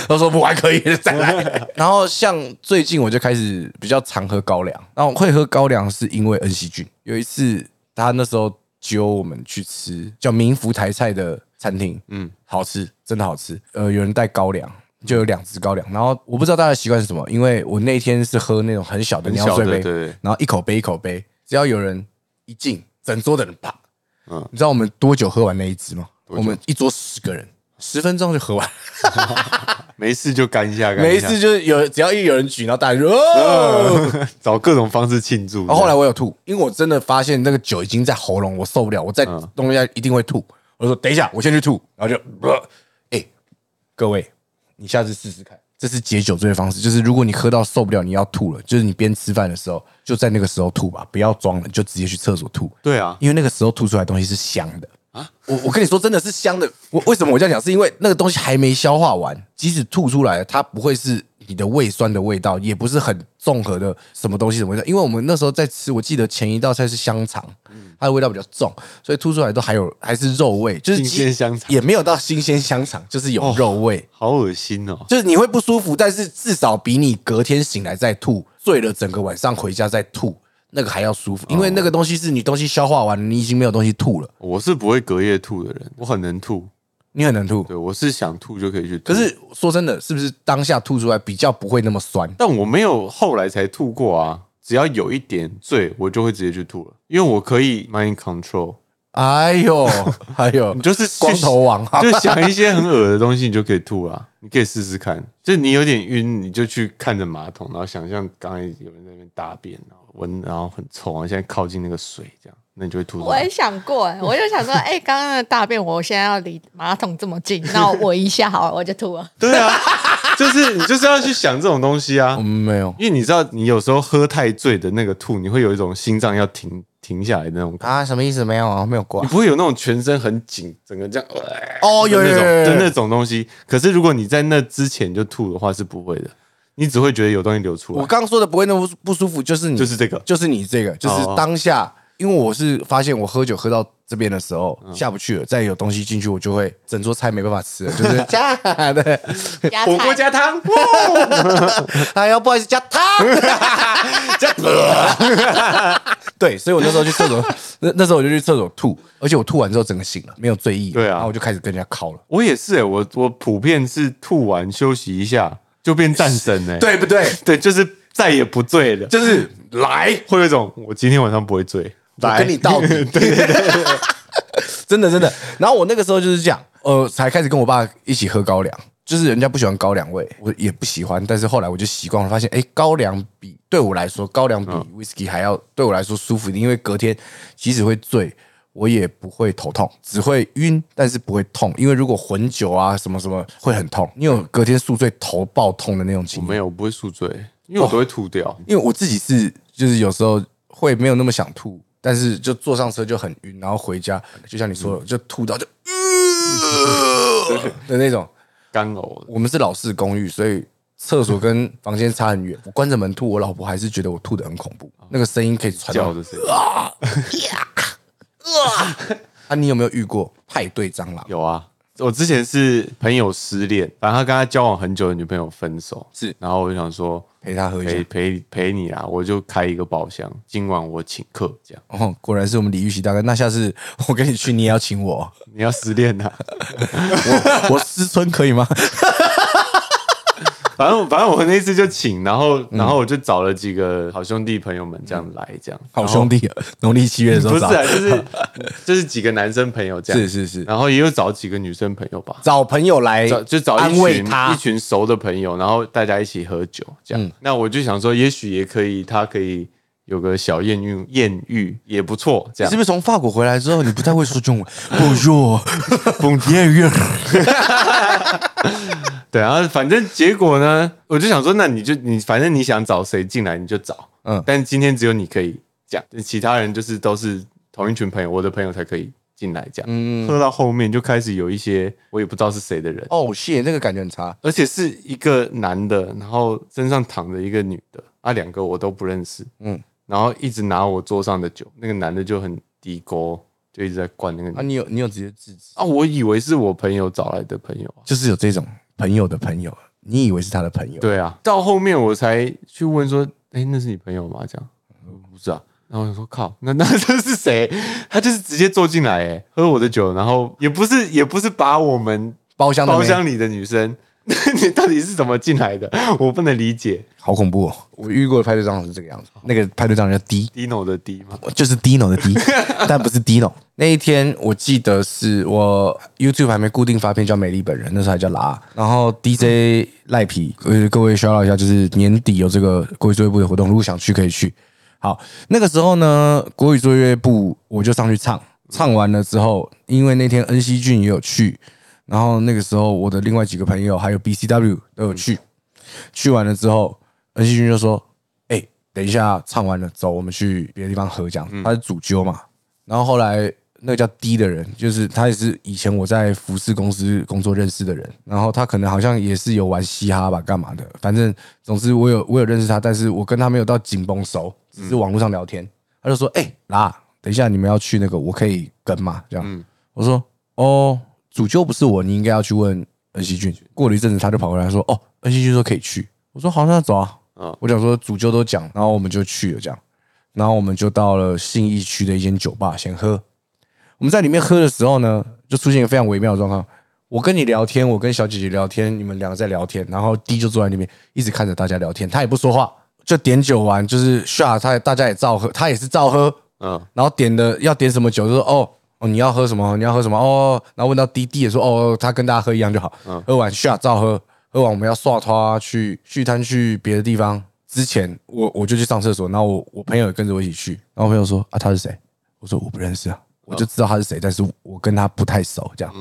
Speaker 1: 他说不还可以 再来。然后像最近我就开始比较常喝高粱，然后会喝高粱是因为恩熙俊有一次他那时候揪我们去吃叫民福台菜的餐厅，嗯，好吃，真的好吃。呃，有人带高粱。就有两只高粱，然后我不知道大家的习惯是什么，因为我那天是喝那种很小的
Speaker 2: 很
Speaker 1: 尿
Speaker 2: 小
Speaker 1: 碎
Speaker 2: 的
Speaker 1: 杯，
Speaker 2: 对
Speaker 1: 然后一口杯一口杯，只要有人一进，整桌的人啪，
Speaker 2: 嗯
Speaker 1: 你知道我们多久喝完那一支吗？
Speaker 2: 久
Speaker 1: 我们一桌十个人，十分钟就喝完，
Speaker 2: 没事就干一下，干
Speaker 1: 每
Speaker 2: 一
Speaker 1: 一
Speaker 2: 下嗯
Speaker 1: 次就是有只要一有人举，然后大家就哦。
Speaker 2: 找各种方式庆祝。
Speaker 1: 然后后来我有吐，因为我真的发现那个酒已经在喉咙，我受不了，我再弄一下一定会吐。我说等一下，我先去吐，然后就，呃哎、各位，你下次试试看，这是解酒醉的方式，就是如果你喝到受不了，你要吐了，就是你边吃饭的时候，就在那个时候吐吧，不要装了，你就直接去厕所吐。
Speaker 2: 对啊，
Speaker 1: 因为那个时候吐出来的东西是香的啊！我我跟你说，真的是香的。我为什么我这样讲？是因为那个东西还没消化完，即使吐出来，它不会是你的胃酸的味道，也不是很综合的什么东西什么味道。因为我们那时候在吃，我记得前一道菜是香肠，它的味道比较重，所以吐出来都还有还是肉味，就是
Speaker 2: 新鲜香肠
Speaker 1: 也没有到新鲜香肠，就是有肉味。
Speaker 2: 好恶心哦！
Speaker 1: 就是你会不舒服，但是至少比你隔天醒来再吐，醉了整个晚上回家再吐，那个还要舒服，因为那个东西是你东西消化完了，你已经没有东西吐了，
Speaker 2: 我是不会隔夜吐的人，我很能吐。
Speaker 1: 你很能吐。
Speaker 2: 对，我是想吐就可以去吐。
Speaker 1: 可，是说真的，是不是当下吐出来比较不会那么酸？
Speaker 2: 但我没有后来才吐过啊。只要有一点醉，我就会直接去吐了，因为我可以 mind control。
Speaker 1: 哎呦， 哎呦，
Speaker 2: 你就是去
Speaker 1: 光头王啊！
Speaker 2: 就想一些很恶的东西，你就可以吐啊。 你可以试试看，就你有点晕，你就去看着马桶，然后想象刚才有人在那边大便，然后闻，然后很臭，然后现在靠近那个水，这样，那你就会吐出
Speaker 3: 我
Speaker 2: 来
Speaker 3: 也。想过，我就想说，哎、刚刚的大便，我现在要离马桶这么近，那我闻一下好了，我就吐了。
Speaker 2: 对啊，就是你就是要去想这种东西啊。
Speaker 1: 嗯，没有
Speaker 2: 因为你知道，你有时候喝太醉的那个吐，你会有一种心脏要停停下来的那种感
Speaker 1: 啊，什么意思？没有啊，没有挂
Speaker 2: 觉，你。不会有那种全身很紧，整个这样
Speaker 1: 哦，有
Speaker 2: 的那
Speaker 1: 有有
Speaker 2: 种
Speaker 1: 有
Speaker 2: 的
Speaker 1: 有
Speaker 2: 那种东西。可是如果你在那之前就吐的话，是不会的，你只会觉得有东西流出
Speaker 1: 我
Speaker 2: 来，
Speaker 1: 刚刚说的不会那么不舒服，就是你，
Speaker 2: 就是这个。
Speaker 1: 就是你这个，
Speaker 2: 哦
Speaker 1: 就是当下，因为我是发现我喝酒喝到这边的时候
Speaker 2: 嗯
Speaker 1: 下不去了，再有东西进去我就会整桌菜没办法吃了，就是 加的，
Speaker 3: 加
Speaker 2: 火锅
Speaker 3: 菜
Speaker 2: 加汤，哇
Speaker 1: 哎呀，不好意思，加 汤，加呃对，所以我那时候去 厕所，那那时候我就去厕所吐，而且我吐完之后整个醒了，没有醉意，
Speaker 2: 对啊
Speaker 1: 然后我就开始跟人家靠了，
Speaker 2: 我也是哎、我我普遍是吐完休息一下就变战神哎、
Speaker 1: 对不对？
Speaker 2: 对，就是再也不醉了，
Speaker 1: 就是来，
Speaker 2: 会有一种我今天晚上不会醉，
Speaker 1: 我
Speaker 2: 来
Speaker 1: 跟你到底，对对对，真的真的。然后我那个时候就是这样，呃，才开始跟我爸一起喝高粱，就是人家不喜欢高粱味，我也不喜欢，但是后来我就习惯了，发现哎，高粱比对我来说，高粱比 whisky 还要对我来说舒服一点，因为隔天即使会醉。我也不会头痛，只会晕，但是不会痛，因为如果混酒啊什么什么会很痛。你有隔天宿醉头爆痛的那种
Speaker 2: 我
Speaker 1: 经验？
Speaker 2: 没有，我不会宿醉，因为我都会吐掉。
Speaker 1: 因为我自己是就是有时候会没有那么想吐，但是就坐上车就很晕，然后回家就像你说的，就吐到就、呃、的那种。
Speaker 2: 干呕的，
Speaker 1: 我们是老式公寓，所以厕所跟房间差很远。我关着门吐，我老婆还是觉得我吐的很恐怖，那个声音可以传
Speaker 2: 哦叫
Speaker 1: 到。
Speaker 2: 的声音
Speaker 1: 啊，你有没有遇过派对蟑螂？
Speaker 2: 有啊。我之前是朋友失恋，反正他跟他交往很久的女朋友分手，
Speaker 1: 是
Speaker 2: 然后我就想说
Speaker 1: 陪她喝一
Speaker 2: 陪
Speaker 1: 下。
Speaker 2: 陪陪你啊，我就开一个包厢，今晚我请客，这样
Speaker 1: 哦，果然是我们李玉玺大哥。那下次我跟你去，你也要 请我。
Speaker 2: 你要失恋啊，
Speaker 1: 我我思春可以吗？
Speaker 2: 反正反正我那次就请，然后
Speaker 1: 嗯
Speaker 2: 然后我就找了几个好兄弟朋友们这样来，这样
Speaker 1: 好兄弟，农历七月的时
Speaker 2: 不
Speaker 1: 候
Speaker 2: 是
Speaker 1: 找。
Speaker 2: 啊，就是就是 几个男生朋友这样，
Speaker 1: 是是是
Speaker 2: 然后也有找几个女生朋友吧，
Speaker 1: 找朋友来
Speaker 2: 找就找一
Speaker 1: 安
Speaker 2: 群
Speaker 1: 慰他嗯
Speaker 2: 一群熟的朋友，然后大家一起喝酒这样。那我就想说，也许也可以，他可以有个小艳遇，艳遇也不错这
Speaker 1: 你
Speaker 2: 样
Speaker 1: 是。不是从法国回来之后，你不太会说 中文？哦不弱，蹦艳遇。
Speaker 2: 对啊，反正结果呢，我就想说，那你就你反正你想找谁进来你就找，嗯
Speaker 1: 嗯，
Speaker 2: 但今天只有你可以讲，其他人就是都是同一群朋友，我的朋友才可以进来讲。嗯，喝到后面就开始有一些我也不知道是谁的人，
Speaker 1: 哦，谢，那个感觉很差。
Speaker 2: 而且是一个男的，然后身上躺着一个女的，啊，两个我都不认识，嗯
Speaker 1: 嗯，
Speaker 2: 然后一直拿我桌上的酒，那个男的就很低沟，就一直在灌那个女
Speaker 1: 啊，
Speaker 2: 的
Speaker 1: 你有你有直接制止？
Speaker 2: 啊，我以为是我朋友找来的朋友啊，
Speaker 1: 就是有这种朋友的朋友，你以为是他的朋友？，
Speaker 2: 对啊，到后面我才去问说，哎、那是你朋友吗？这样，我不是啊。然后我说靠，那那 这是谁？他就是直接坐进来，哎，喝我的酒，然后也不是也不是把我们
Speaker 1: 包厢的
Speaker 2: 包
Speaker 1: 妹
Speaker 2: 厢里的女生， 你到底是怎么进来的？我不能理解。
Speaker 1: 好恐怖哦！我遇过的派对蟑螂是这个样子，那个派对蟑螂叫 D，
Speaker 2: Dino 的 D 吗？
Speaker 1: 就是 Dino 的 D，但不是 Dino。那 一天我记得是我 YouTube 还没固定发片，叫美丽本人，那时候还叫拉。然后 DJ 赖皮，呃，各位 s h o 一下，就是年底有这个国语作业部的活动，如果想去可以去。好，那个时候呢，国语作业部我就上去唱，唱完了之后，因为那天恩熙俊也有去，然后那个时候我的另外几个朋友还有 BCW 都有去。去完了之后，恩熙君就说：“哎、等一下唱完了，走，我们去别的地方喝。”这样，他是主揪嘛。然后后来那个叫 D 的人，就是他也是以前我在服饰公司工作认识的人，然后他可能好像也是有玩嘻哈吧，干嘛的，反正总之我有我有认识他，但是我跟他没有到紧绷熟，只是网络上聊天。他就说：“哎、啦，等一下你们要去那个，我可以跟吗？”这样，我说：“哦，主揪不是我，你应该要去问恩熙俊。”过了一阵子，他就跑回来说：“哦，恩熙俊说可以去。”我说：“好，那走啊。”
Speaker 2: 嗯
Speaker 1: 我讲说主揪都讲，然后我们就去了这样，然后我们就到了信义区的一间酒吧先喝。我们在里面喝的时候呢，就出现一个非常微妙的状况。我跟你聊天，我跟小姐姐聊天，你们两个在聊天，然后 D 就坐在那边一直看着大家聊天，他也不说话，就点酒完就是下，他大家也照喝，他也是照喝，
Speaker 2: 嗯，
Speaker 1: 然后点的要点什么酒，就说哦哦你要喝什么，你要喝什么哦，然后问到滴滴也说哦，哦他跟大家喝一样就好，喝完下照喝，喝完我们要刷他去续摊去别的地方。之前我我就去上厕所，然后我我朋友也跟着我一起去，然后我朋友说啊他是谁？我说我不认识啊，我就知道他是谁，但是我跟他不太熟，这样。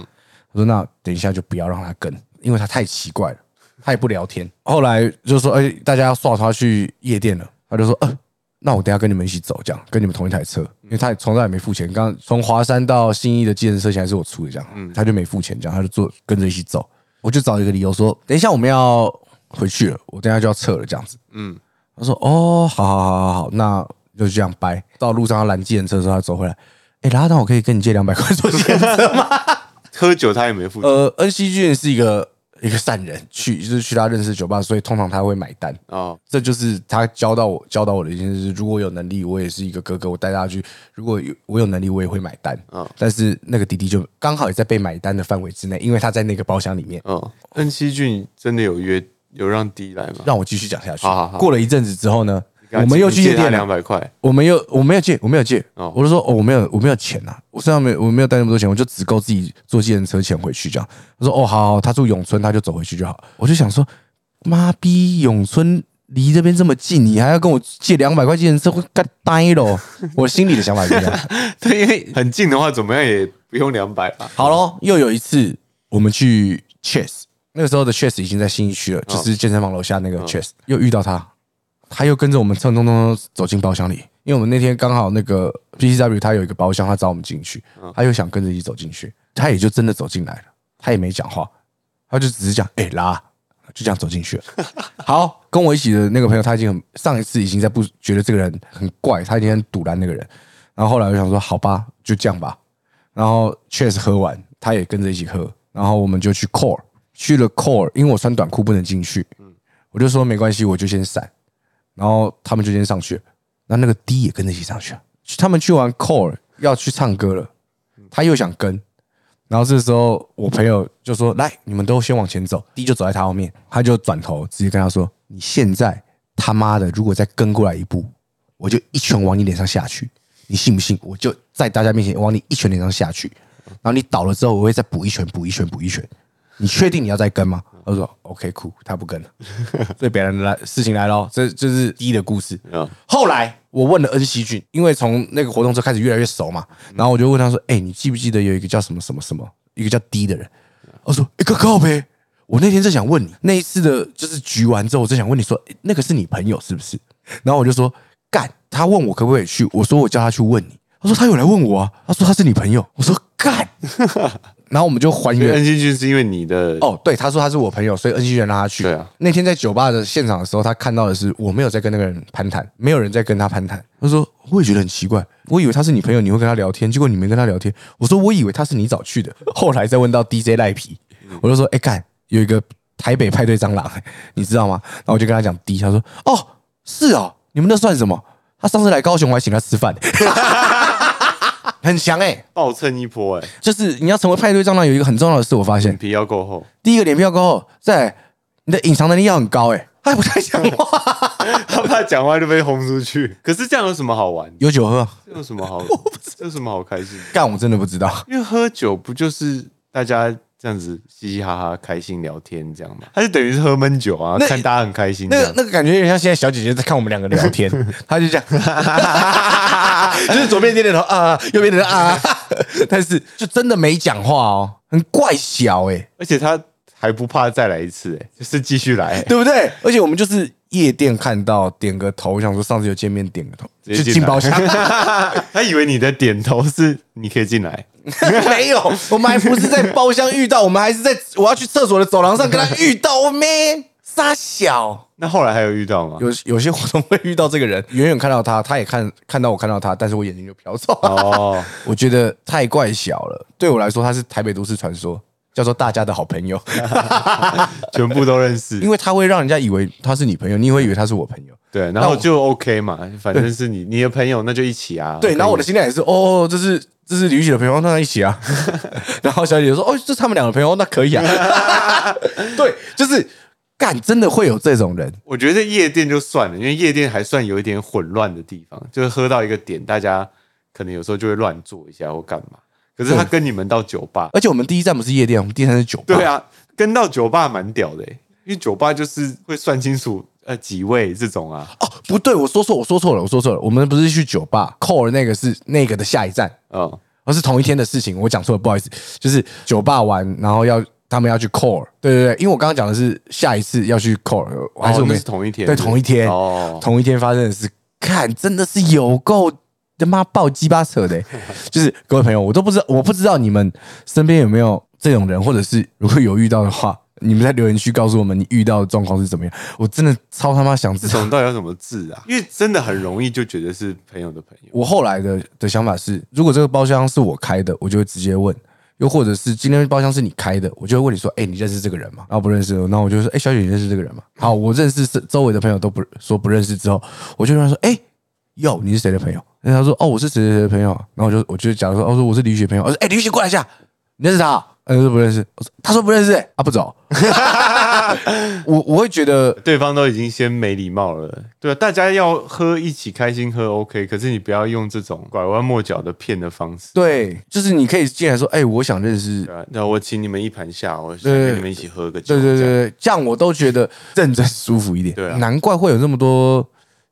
Speaker 1: 我说那等一下就不要让他跟，因为他太奇怪了，他也不聊天。后来就说，哎、大家要刷他去夜店了，他就说，呃，那我等一下跟你们一起走，这样跟你们同一台车，因为他也从来也没付钱。刚刚从华山到新义的计程车钱还是我出的，这样，他就没付钱，这样他就坐跟着一起走。我就找一个理由说，等一下我们要回去了，我等一下就要撤了，这样子。他说：“哦，好好好好好，那就这样掰。”到路上他拦计程车的时候，他走回来，哎，拉达，我可以跟你借两百块做计程车吗？
Speaker 2: 喝酒他也没付钱
Speaker 1: 呃，恩熙俊是一个一个善人，去就是去他认识的酒吧，所以通常他会买单。
Speaker 2: 哦，
Speaker 1: 这就是他教到我教到我的一件事。如果有能力，我也是一个哥哥，我带大家去。如果有我有能力，我也会买单。
Speaker 2: 嗯
Speaker 1: 但是那个弟弟就刚好也在被买单的范围之内，因为他在那个包厢里面。
Speaker 2: 嗯，恩熙俊真的有约有让 D 来吗？
Speaker 1: 让我继续讲下去。
Speaker 2: 好好好
Speaker 1: 过了一阵子之后呢，
Speaker 4: 我们又去夜店
Speaker 2: 两
Speaker 4: 了，
Speaker 2: 百块，
Speaker 1: 我没有，我没有借，我没有借。
Speaker 2: 哦
Speaker 1: 我就说，哦，我没有，我没有钱啊，我身上没有，我没有带那么多钱，我就只够自己坐计程车钱回去这样。他说，哦，好好，他住永春，他就走回去就好。我就想说，妈逼，永春离这边这么近，你还要跟我借两百块计程车，会该呆咯。我心里的想法是这样。
Speaker 2: 对，因为很近的话，怎么样也不用两百吧。
Speaker 1: 好咯，又有一次我们去 Chess，那个时候的 Chess 已经在新一区了，就是健身房楼下那个 Chess，、又遇到他，他又跟着我们蹭蹭蹭蹭走进包厢里，因为我们那天刚好那个 PCW 他有一个包厢，他找我们进去，他又想跟着一起走进去，他也就真的走进来了，他也没讲话，他就只是讲哎、拉。就这样走进去了。好，跟我一起的那个朋友，他已经很上一次已经在不觉得这个人很怪，他已经很堵拦那个人。然后后来我就想说，好吧，就这样吧。然后 Cheers 喝完，他也跟着一起喝，然后我们就去 Core，去了 Core，因为我穿短裤不能进去，我就说没关系，我就先闪，然后他们就先上去，那那个 D 也跟着一起上去了，他们去完 Core 要去唱歌了，他又想跟，然后这时候我朋友就说：“来，你们都先往前走。” D 就走在他后面，他就转头直接跟他说：“你现在他妈的，如果再跟过来一步，我就一拳往你脸上下去，你信不信？我就在大家面前往你一拳脸上下去，然后你倒了之后，我会再补一拳，补一拳，补一拳。你确定你要再跟吗？”他说：“OK，酷，他不跟了。”所以别人来事情来了，哦这这是 D 的故事。
Speaker 2: 嗯
Speaker 1: 后来我问了恩熙俊，因为从那个活动之后开始越来越熟嘛，然后我就问他说：“哎、你记不记得有一个叫什么什么什么，一个叫 D 的人？”他说：“哎、靠靠呗，我那天正想问你，那一次的就是局完之后，我正想问你说、哎诶那个是你朋友是不是？”然后我就说：“干，他问我可不可以去，我说我叫他去问你。”他说：“他有来问我啊。”他说：“他是你朋友。”我说：“干。”然后我们就还
Speaker 2: 因为
Speaker 1: 原
Speaker 2: N C 君是因为你的
Speaker 1: 哦，对，他说他是我朋友，所以恩熙人让他去。
Speaker 2: 对啊，
Speaker 1: 那天在酒吧的现场的时候，他看到的是我没有在跟那个人攀谈，没有人在跟他攀谈。他说我也觉得很奇怪，我以为他是你朋友，你会跟他聊天，结果你没跟他聊天。我说我以为他是你找去的， 后来再问到 DJ 赖皮，我就说哎干，有一个台北派对蟑螂，你知道吗？然后我就跟他讲 D，他说哦是哦，你们那算什么？他上次来高雄，我还请他吃饭， 很强哎、
Speaker 2: 暴蹭一波，哎，
Speaker 1: 就是你要成为派对蟑螂，有一个很重要的事，我发现。
Speaker 2: 皮要够厚，
Speaker 1: 第一个脸皮要够厚，再来你的隐藏能力要很高、欸，哎，他也不太讲话，
Speaker 2: 他怕讲话就被轰出去。可是这样有什么好玩？
Speaker 1: 有酒喝，
Speaker 2: 这有什么好？这有什么好开心的？
Speaker 1: 干我真的不知道，
Speaker 2: 因为喝酒不就是大家这样子嘻嘻哈哈、开心聊天这样嘛？他就等于是喝闷酒啊，
Speaker 1: 那
Speaker 2: 看大家很开心这
Speaker 1: 那个
Speaker 2: 样。
Speaker 1: 那个感觉有点像现在小姐姐在看我们两个 聊天，她就这样， 就是左边点点头啊，右边点头啊， 但是就真的没讲话哦，很怪小哎、欸
Speaker 2: 而且他还不怕再来一次，哎，就是继续来，哎
Speaker 1: 对不对？而且我们就是夜店看到点个头，想说上次有见面点个头，
Speaker 2: 直
Speaker 1: 就
Speaker 2: 接
Speaker 1: 进包厢。
Speaker 2: 来 他以为你的点头是你可以进来，
Speaker 1: 没有，我们还不是在包厢遇到，我们还是在我要去厕所的走廊上跟他遇到。我咩，傻小，
Speaker 2: 那后来还有遇到吗？
Speaker 1: 有有些活动会遇到这个人， 远远看到他，他也看看到我看到他，但是我眼睛就瞟走了。
Speaker 2: 哦，
Speaker 1: 我觉得太怪小了，对我来说他是台北都市传说，叫做大家的好朋友，
Speaker 2: 全部都认识
Speaker 1: 因。为他会让人家以为他是你朋友，你会以为他是我朋友。
Speaker 2: 对，然后就 OK 嘛，反正是你你的朋友，那就一起啊。
Speaker 1: 对，然后我的
Speaker 2: 可
Speaker 1: 心态也是，哦，这是这是李玉玺的朋友，那一起 啊。然后小姐姐说，哦，这是他们两个朋友，那可以 啊。对，就是干，真的会有这种人。
Speaker 2: 以我觉得夜店就算了，因为夜店还算有一点混乱的地方，就是喝到一个点，大家可能有时候就会乱做一下或干嘛。可是他跟你们到酒吧，
Speaker 1: 而且我们第一站不是夜店，我们第三站是酒吧。
Speaker 2: 对，啊，跟到酒吧蛮屌的、欸，因为酒吧就是会算清楚呃几位这种啊，
Speaker 1: 哦，不对，我说错，我说错了，我说错了，我们不是去酒吧，core 那个是那个的下一站，
Speaker 2: 嗯，
Speaker 1: 而是同一天的事情，我讲错了，不好意思，就是酒吧玩，然后要他们要去 core，对对对，因为我刚刚讲的是下一次要去 core，还
Speaker 2: 哦
Speaker 1: 是我
Speaker 2: 那
Speaker 1: 们、
Speaker 2: 是同一天，
Speaker 1: 对
Speaker 2: 不
Speaker 1: 同一天
Speaker 2: 哦，
Speaker 1: 同一天发生的事，看真的是有够他妈爆鸡巴 扯的欸、就是各位朋友，我都不知道，我不知道你们身边有没有这种人，或者是如果有遇到的话，你们在留言区告诉我们你遇到的状况是怎么样，我真的超他妈想知
Speaker 2: 这
Speaker 1: 道。
Speaker 2: 种到底要怎么治啊？因为真的很容易就觉得是朋友的朋友，
Speaker 1: 我后来的的想法是，如果这个包厢是我开的，我就会直接问；又或者是今天包厢是你开的，我就会问你说：“哎、你认识这个人吗？”然后不认识，然后我就说：“哎、小姐，你认识这个人吗？”好，我认识是周围的朋友都不说不认识之后，我就跟他说：“哎、哟，你是谁的朋友？”然后他说：“哦，我是谁谁谁的朋友啊。”然后我就我就假如说：“哦，我说我是李雪朋友。”我说：“哎、李雪过来一下，你认识他啊？”他说不认识，我说他说不认识、欸，啊不走， 我我会觉得
Speaker 2: 对方都已经先没礼貌了，对啊，大家要喝一起开心喝 OK，可是你不要用这种拐弯抹角的骗的方式。
Speaker 1: 对，就是你可以进来说，哎、我想认识
Speaker 2: 对，啊，那我请你们一盘下，我想
Speaker 1: 对对
Speaker 2: 跟你们一起喝个酒。
Speaker 1: 对对
Speaker 2: 这样，
Speaker 1: 对对，这样我都觉得 认真舒服一点。
Speaker 2: 对啊
Speaker 1: 难怪会有那么多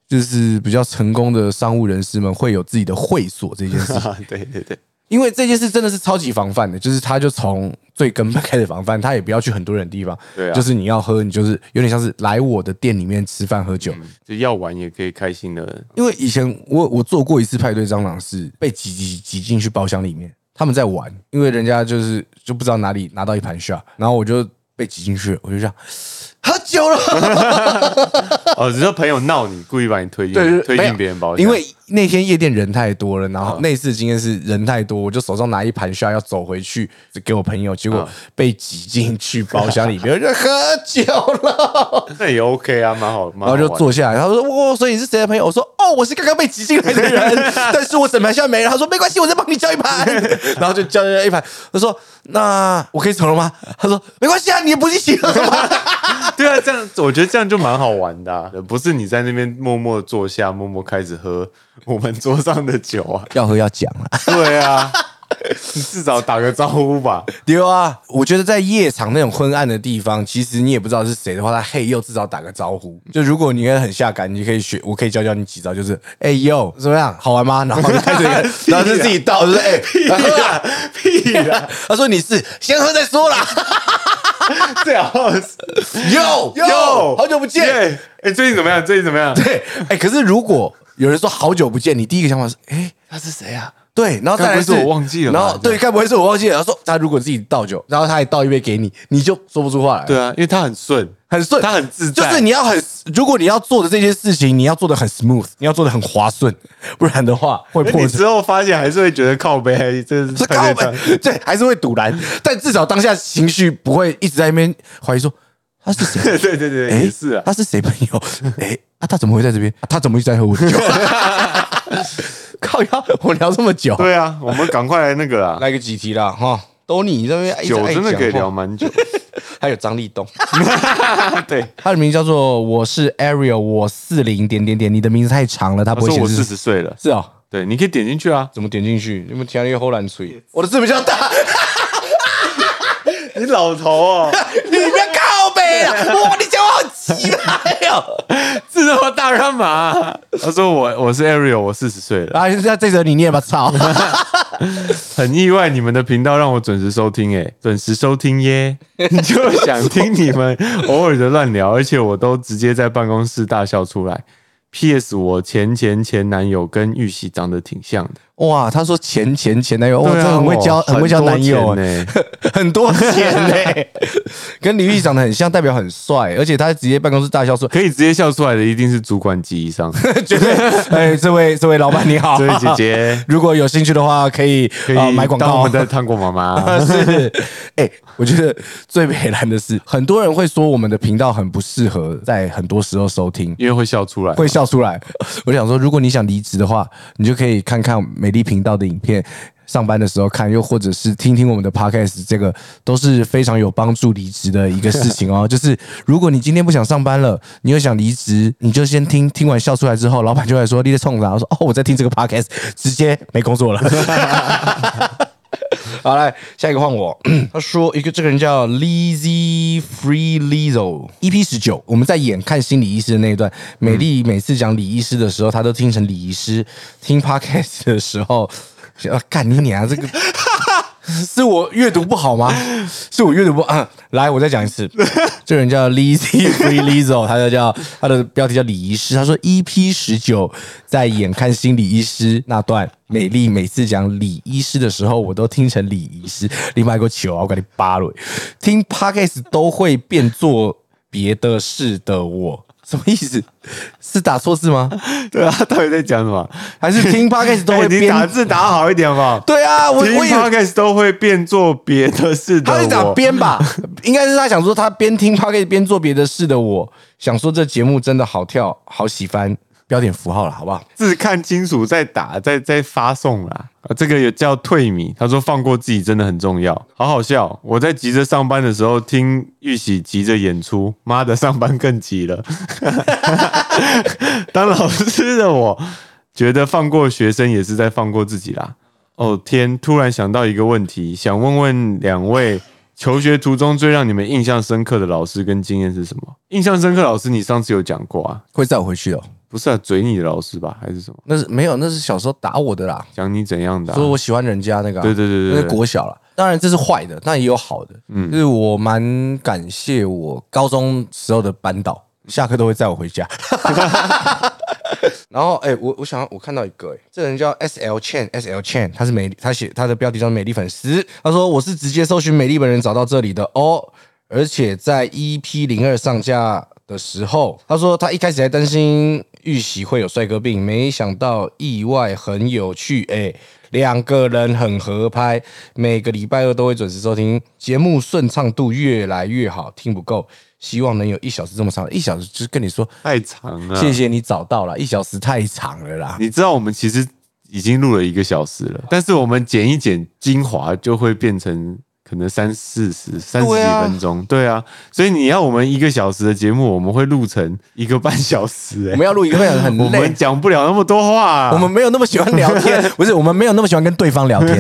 Speaker 1: 就是比较成功的商务人士们会有自己的会所这件 事情。
Speaker 2: 啊 对对对，
Speaker 1: 因为这件事真的是超级防范的，就是他就从最根本开始防范，他也不要去很多人的地方，
Speaker 2: 对啊
Speaker 1: 就是你要喝，你就是有点像是来我的店里面吃饭喝酒。
Speaker 2: 就要玩也可以开心的。
Speaker 1: 因为以前我我做过一次派对蟑螂，是被挤挤挤进去包厢里面，他们在玩，因为人家就是就不知道哪里拿到一盘 shot，然后我就被挤进去了，我就这样喝酒了，
Speaker 2: 哦，只是朋友闹你，故意把你推进
Speaker 1: 对，
Speaker 2: 推
Speaker 1: 没
Speaker 2: 进
Speaker 1: 有
Speaker 2: 别人包厢，嗯
Speaker 1: 因为那天夜店人太多了，然后那次经验是人太多，我就手上拿一盘下要走回去给我朋友，结
Speaker 2: 嗯
Speaker 1: 果被挤进去包厢里面， 我就喝酒了，
Speaker 2: 那也 OK 啊，蛮好，蛮好
Speaker 1: 然后
Speaker 2: 玩
Speaker 1: 就坐下来，他说：“哇，所以你是谁的朋友？”我说：“哦，我是刚刚被挤进来 的人，但是我整盘下没了。”他说：“没关系，我再帮你叫一盘。”然后就叫了一盘，他说：“那我可以走了吗？”他说：“没关系啊，你也不是一起喝吗？”
Speaker 2: 对啊，这样我觉得这样就蛮好玩的啊、不是你在那边默默坐下，默默开始喝我们桌上的酒 啊。
Speaker 1: 要喝要讲啊。
Speaker 2: 对啊，你至少打个招呼 吧。
Speaker 1: 对啊，我觉得在夜场那种昏暗的地方，其实你也不知道是谁的话，他嘿又至少打个招呼。就如果你也很下感，你可以学，我可以教教你几招，就是哎呦怎么样，好玩吗？然后就开 始一个，然后就自己倒，就是哎，喝啊
Speaker 2: 啊屁啊啦，
Speaker 1: 他说你是先喝再 说啦。
Speaker 2: 最好是
Speaker 1: 哟哟，哦好久不见。
Speaker 2: 耶哎，最近怎么样？最近怎么样？
Speaker 1: 对， 哎，可是如果有人说好久不见，你第一个想法是哎。
Speaker 2: 他是谁啊？
Speaker 1: 对，然后再来
Speaker 2: 该不会是我忘记了吧
Speaker 1: 然后对，该不会是我忘记了？他说他如果自己倒酒，然后他也倒一杯给你，你就说不出话来。
Speaker 2: 对啊，因为他很顺，
Speaker 1: 很顺，
Speaker 2: 他很自在
Speaker 1: 就是你要很，如果你要做的这件事情，你要做的很 smooth，你要做的很滑顺，不然的话会
Speaker 2: 哎
Speaker 1: 破
Speaker 2: 你
Speaker 1: 产。
Speaker 2: 之后发现还是会觉得靠背，这是
Speaker 1: 是靠背，哎对，还是会堵拦，但至少当下情绪不会一直在那边怀疑说他是谁，
Speaker 2: 对对对对，
Speaker 1: 哎
Speaker 2: 也是啊。
Speaker 1: 他是谁朋友？哎，啊，他怎么会在这边？啊他怎么会在喝我的酒？ 靠呀，我聊这么久，
Speaker 2: 对啊，我们赶快来那个啦。
Speaker 1: 来个几题啦哈，都你这边一直
Speaker 2: 酒
Speaker 1: 爱
Speaker 2: 真的
Speaker 1: 讲
Speaker 2: 可以
Speaker 1: 话
Speaker 2: 聊蛮久，
Speaker 1: 还有张立东，
Speaker 2: 对，
Speaker 1: 他的名字叫做我是 Ariel，我四零点点点，你的名字太长了，他
Speaker 2: 他
Speaker 1: 不会
Speaker 2: 说我
Speaker 1: 显
Speaker 2: 四
Speaker 1: 示。
Speaker 2: 十岁了，
Speaker 1: 是哦，
Speaker 2: 对，你可以点进去啊。
Speaker 1: 怎么点进去？你们听到一个后栏吹， 我的字比较大，
Speaker 2: 你老头哦，
Speaker 1: 你不要靠 背了。哇，你讲话好鸡掰 哦。
Speaker 2: 字那么大干 嘛？他说我我是 Ariel，我四十岁了，
Speaker 1: 然后啊现在这则你念吧，操！
Speaker 2: 很意外你们的频道让我准时收听，哎，准时收听 耶，就想听你们 偶尔的乱聊，而且我都直接在办公室大笑出来。P.S. 我前前前男友跟玉玺长得挺像的，
Speaker 1: 哇，他说前前前男友，哇，
Speaker 2: 对
Speaker 1: 这
Speaker 2: 啊
Speaker 1: 很会交，
Speaker 2: 哦
Speaker 1: 很会交男友
Speaker 2: 很多
Speaker 1: 哎
Speaker 2: 钱，
Speaker 1: 很多钱哎， 跟李玉长得很像，代表很帅，而且他直接办公室大笑说
Speaker 2: 可以直接笑出来的一定是主管级以上。：“
Speaker 1: 绝对， 哎，这位这位老板你好，
Speaker 2: 这位姐姐
Speaker 1: 如果有兴趣的话，可以
Speaker 2: 可
Speaker 1: 呃
Speaker 2: 以
Speaker 1: 哦买广
Speaker 2: 当我
Speaker 1: 告
Speaker 2: 们。的糖果妈 妈。
Speaker 1: 呃是，哎、我觉得最北蓝的是，很多人会说我们的频道很不适合在很多时候收听，
Speaker 2: 因为会笑出来，
Speaker 1: 会笑出来。 我想说，如果你想离职的话，你就可以看看美丽频道的影片，上班的时候看，又或者是听听我们的 podcast，这个都是非常有帮助离职的一个事情哦。 就是如果你今天不想上班了，你又想离职，你就先听听完笑出来之后，老板就会说你在冲啥？我说哦，我在听这个 podcast，直接没工作了。 好，来下一个换我。 他说一个这个人叫 Lizzy Free Lizzo EP 十九，我们在演看心理医师的那一段，美丽每次讲李医师的时候，她都听成李医师；听 Podcast 的时候，啊，干你娘这个。 是我阅读不好吗？ 是我阅读不啊？来，我再讲 一次。这个人叫 Lizzy Free Lizzo，他就叫他的标题叫李医师。他说 EP 十九在眼看心理医师那段，美丽每次讲李医师的时候，我都听成李医师。你买过球啊？我给你扒了。听 Podcast 都会变做别的事的我。什么意思？是打错字吗？
Speaker 2: 对啊，他到底在讲什么？
Speaker 1: 还是听 podcast 都
Speaker 2: 哎
Speaker 1: 会
Speaker 2: 你
Speaker 1: 变？
Speaker 2: 打字打好一点好不好？
Speaker 1: 对啊，我
Speaker 2: 听
Speaker 1: 我以为
Speaker 2: podcast 都会变做别的事的我。
Speaker 1: 他是讲边吧，应该是他想说他边听 p o c a 边做别的事的我，想说这节目真的好跳，好喜欢，标点符号了，好不好？
Speaker 2: 字看清楚再打，再再发送啦。啊，这个也叫退米。他说放过自己真的很重要，好好笑。我在急着上班的时候听玉玺急着演出，妈的，上班更急了。 当老师的我觉得放过学生也是在放过自己啦。哦天，突然想到一个问题，想问问两位。求学途中最让你们印象深刻的老师跟经验是什么？印象深刻老师，你上次有讲过啊？
Speaker 1: 会载我回去哦。
Speaker 2: 不是啊，嘴你的老师吧，还是什么？
Speaker 1: 那是没有，那是小时候打我的啦，
Speaker 2: 讲你怎样的、啊？
Speaker 1: 说我喜欢人家那个啊、
Speaker 2: 对对对对对
Speaker 1: 那是国小啦。当然这是坏的，但也有好的。嗯，就是我蛮感谢我高中时候的班导，下课都会载我回家。然后，哎、我我想我看到一个、哎，这人叫 S L Chen S L Chen，他是美，他写他的标题叫美丽粉丝。他说我是直接搜寻美丽本人找到这里的哦，而且在 EP 零二上架的时候，他说他一开始还担心玉玺会有帅哥病，没想到意外很有趣，哎、两个人很合拍，每个礼拜二都会准时收听，节目顺畅度越来越好，听不够，希望能有一小时这么长，一小时就是跟你说
Speaker 2: 太长了。
Speaker 1: 谢谢你找到了，一小时太长了啦。
Speaker 2: 你知道我们其实已经录了一个小时了，但是我们剪一剪精华就会变成可能三四十、三十几分钟，对啊，所以你要我们一个小时的节目，我们会录成一个半小时、欸，
Speaker 1: 我们要录一个半小时很
Speaker 2: 我
Speaker 1: 累
Speaker 2: 们，讲不了那么多话、啊
Speaker 1: 我们没有那么喜欢聊 天，不是我们没有那么喜欢跟对方聊天。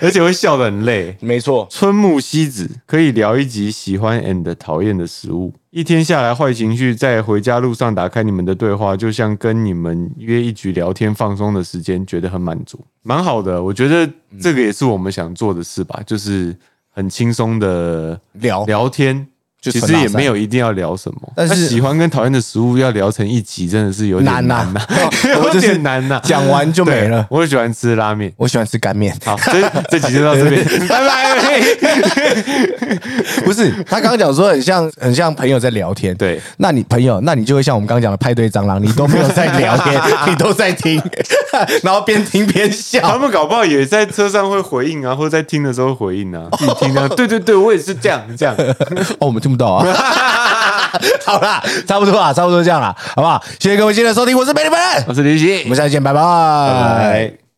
Speaker 2: 而且会笑得很累。
Speaker 1: 没错，
Speaker 2: 春木希子可以聊一集喜欢 and 讨厌的食物。一天下来，坏情绪在回家路上打开你们的对话，就像跟你们约一局聊天放松的时间，觉得很满足，蛮好的。我觉得这个也是我们想做的事吧，就是很轻松的
Speaker 1: 聊
Speaker 2: 聊天。
Speaker 1: 就
Speaker 2: 其
Speaker 1: 纯
Speaker 2: 实也
Speaker 1: 拉塞
Speaker 2: 没有一定要聊什么，
Speaker 1: 但是
Speaker 2: 那喜欢跟讨厌的食物要聊成一集，真的是有点
Speaker 1: 难呐
Speaker 2: 难呐、
Speaker 1: 我
Speaker 2: 有
Speaker 1: 就是
Speaker 2: 点难呐、啊
Speaker 1: 讲完就没了
Speaker 2: 对。我也喜欢吃拉面。
Speaker 1: 我喜欢吃干面，
Speaker 2: 好，这这集就到这 边，拜拜。
Speaker 1: 不是他刚刚讲说很像很像朋友在聊天，
Speaker 2: 对，
Speaker 1: 那你朋友，那你就会像我们刚刚讲的派对蟑螂，你都没有在聊 天，你都在听，然后边听边
Speaker 2: 他
Speaker 1: 笑，哦
Speaker 2: 们搞不好也在车上会回应啊，或者在听的时候回应啊，自己听啊。对对对，我也是这样这样。
Speaker 1: 哦，我们听不到啊。好啦，差不多啦，差不多这样啦，好不好？谢谢各位今天的收听，我是美丽本人，
Speaker 2: 我是林夕，
Speaker 1: 我们下期见，拜
Speaker 2: 拜
Speaker 1: 拜
Speaker 2: 拜。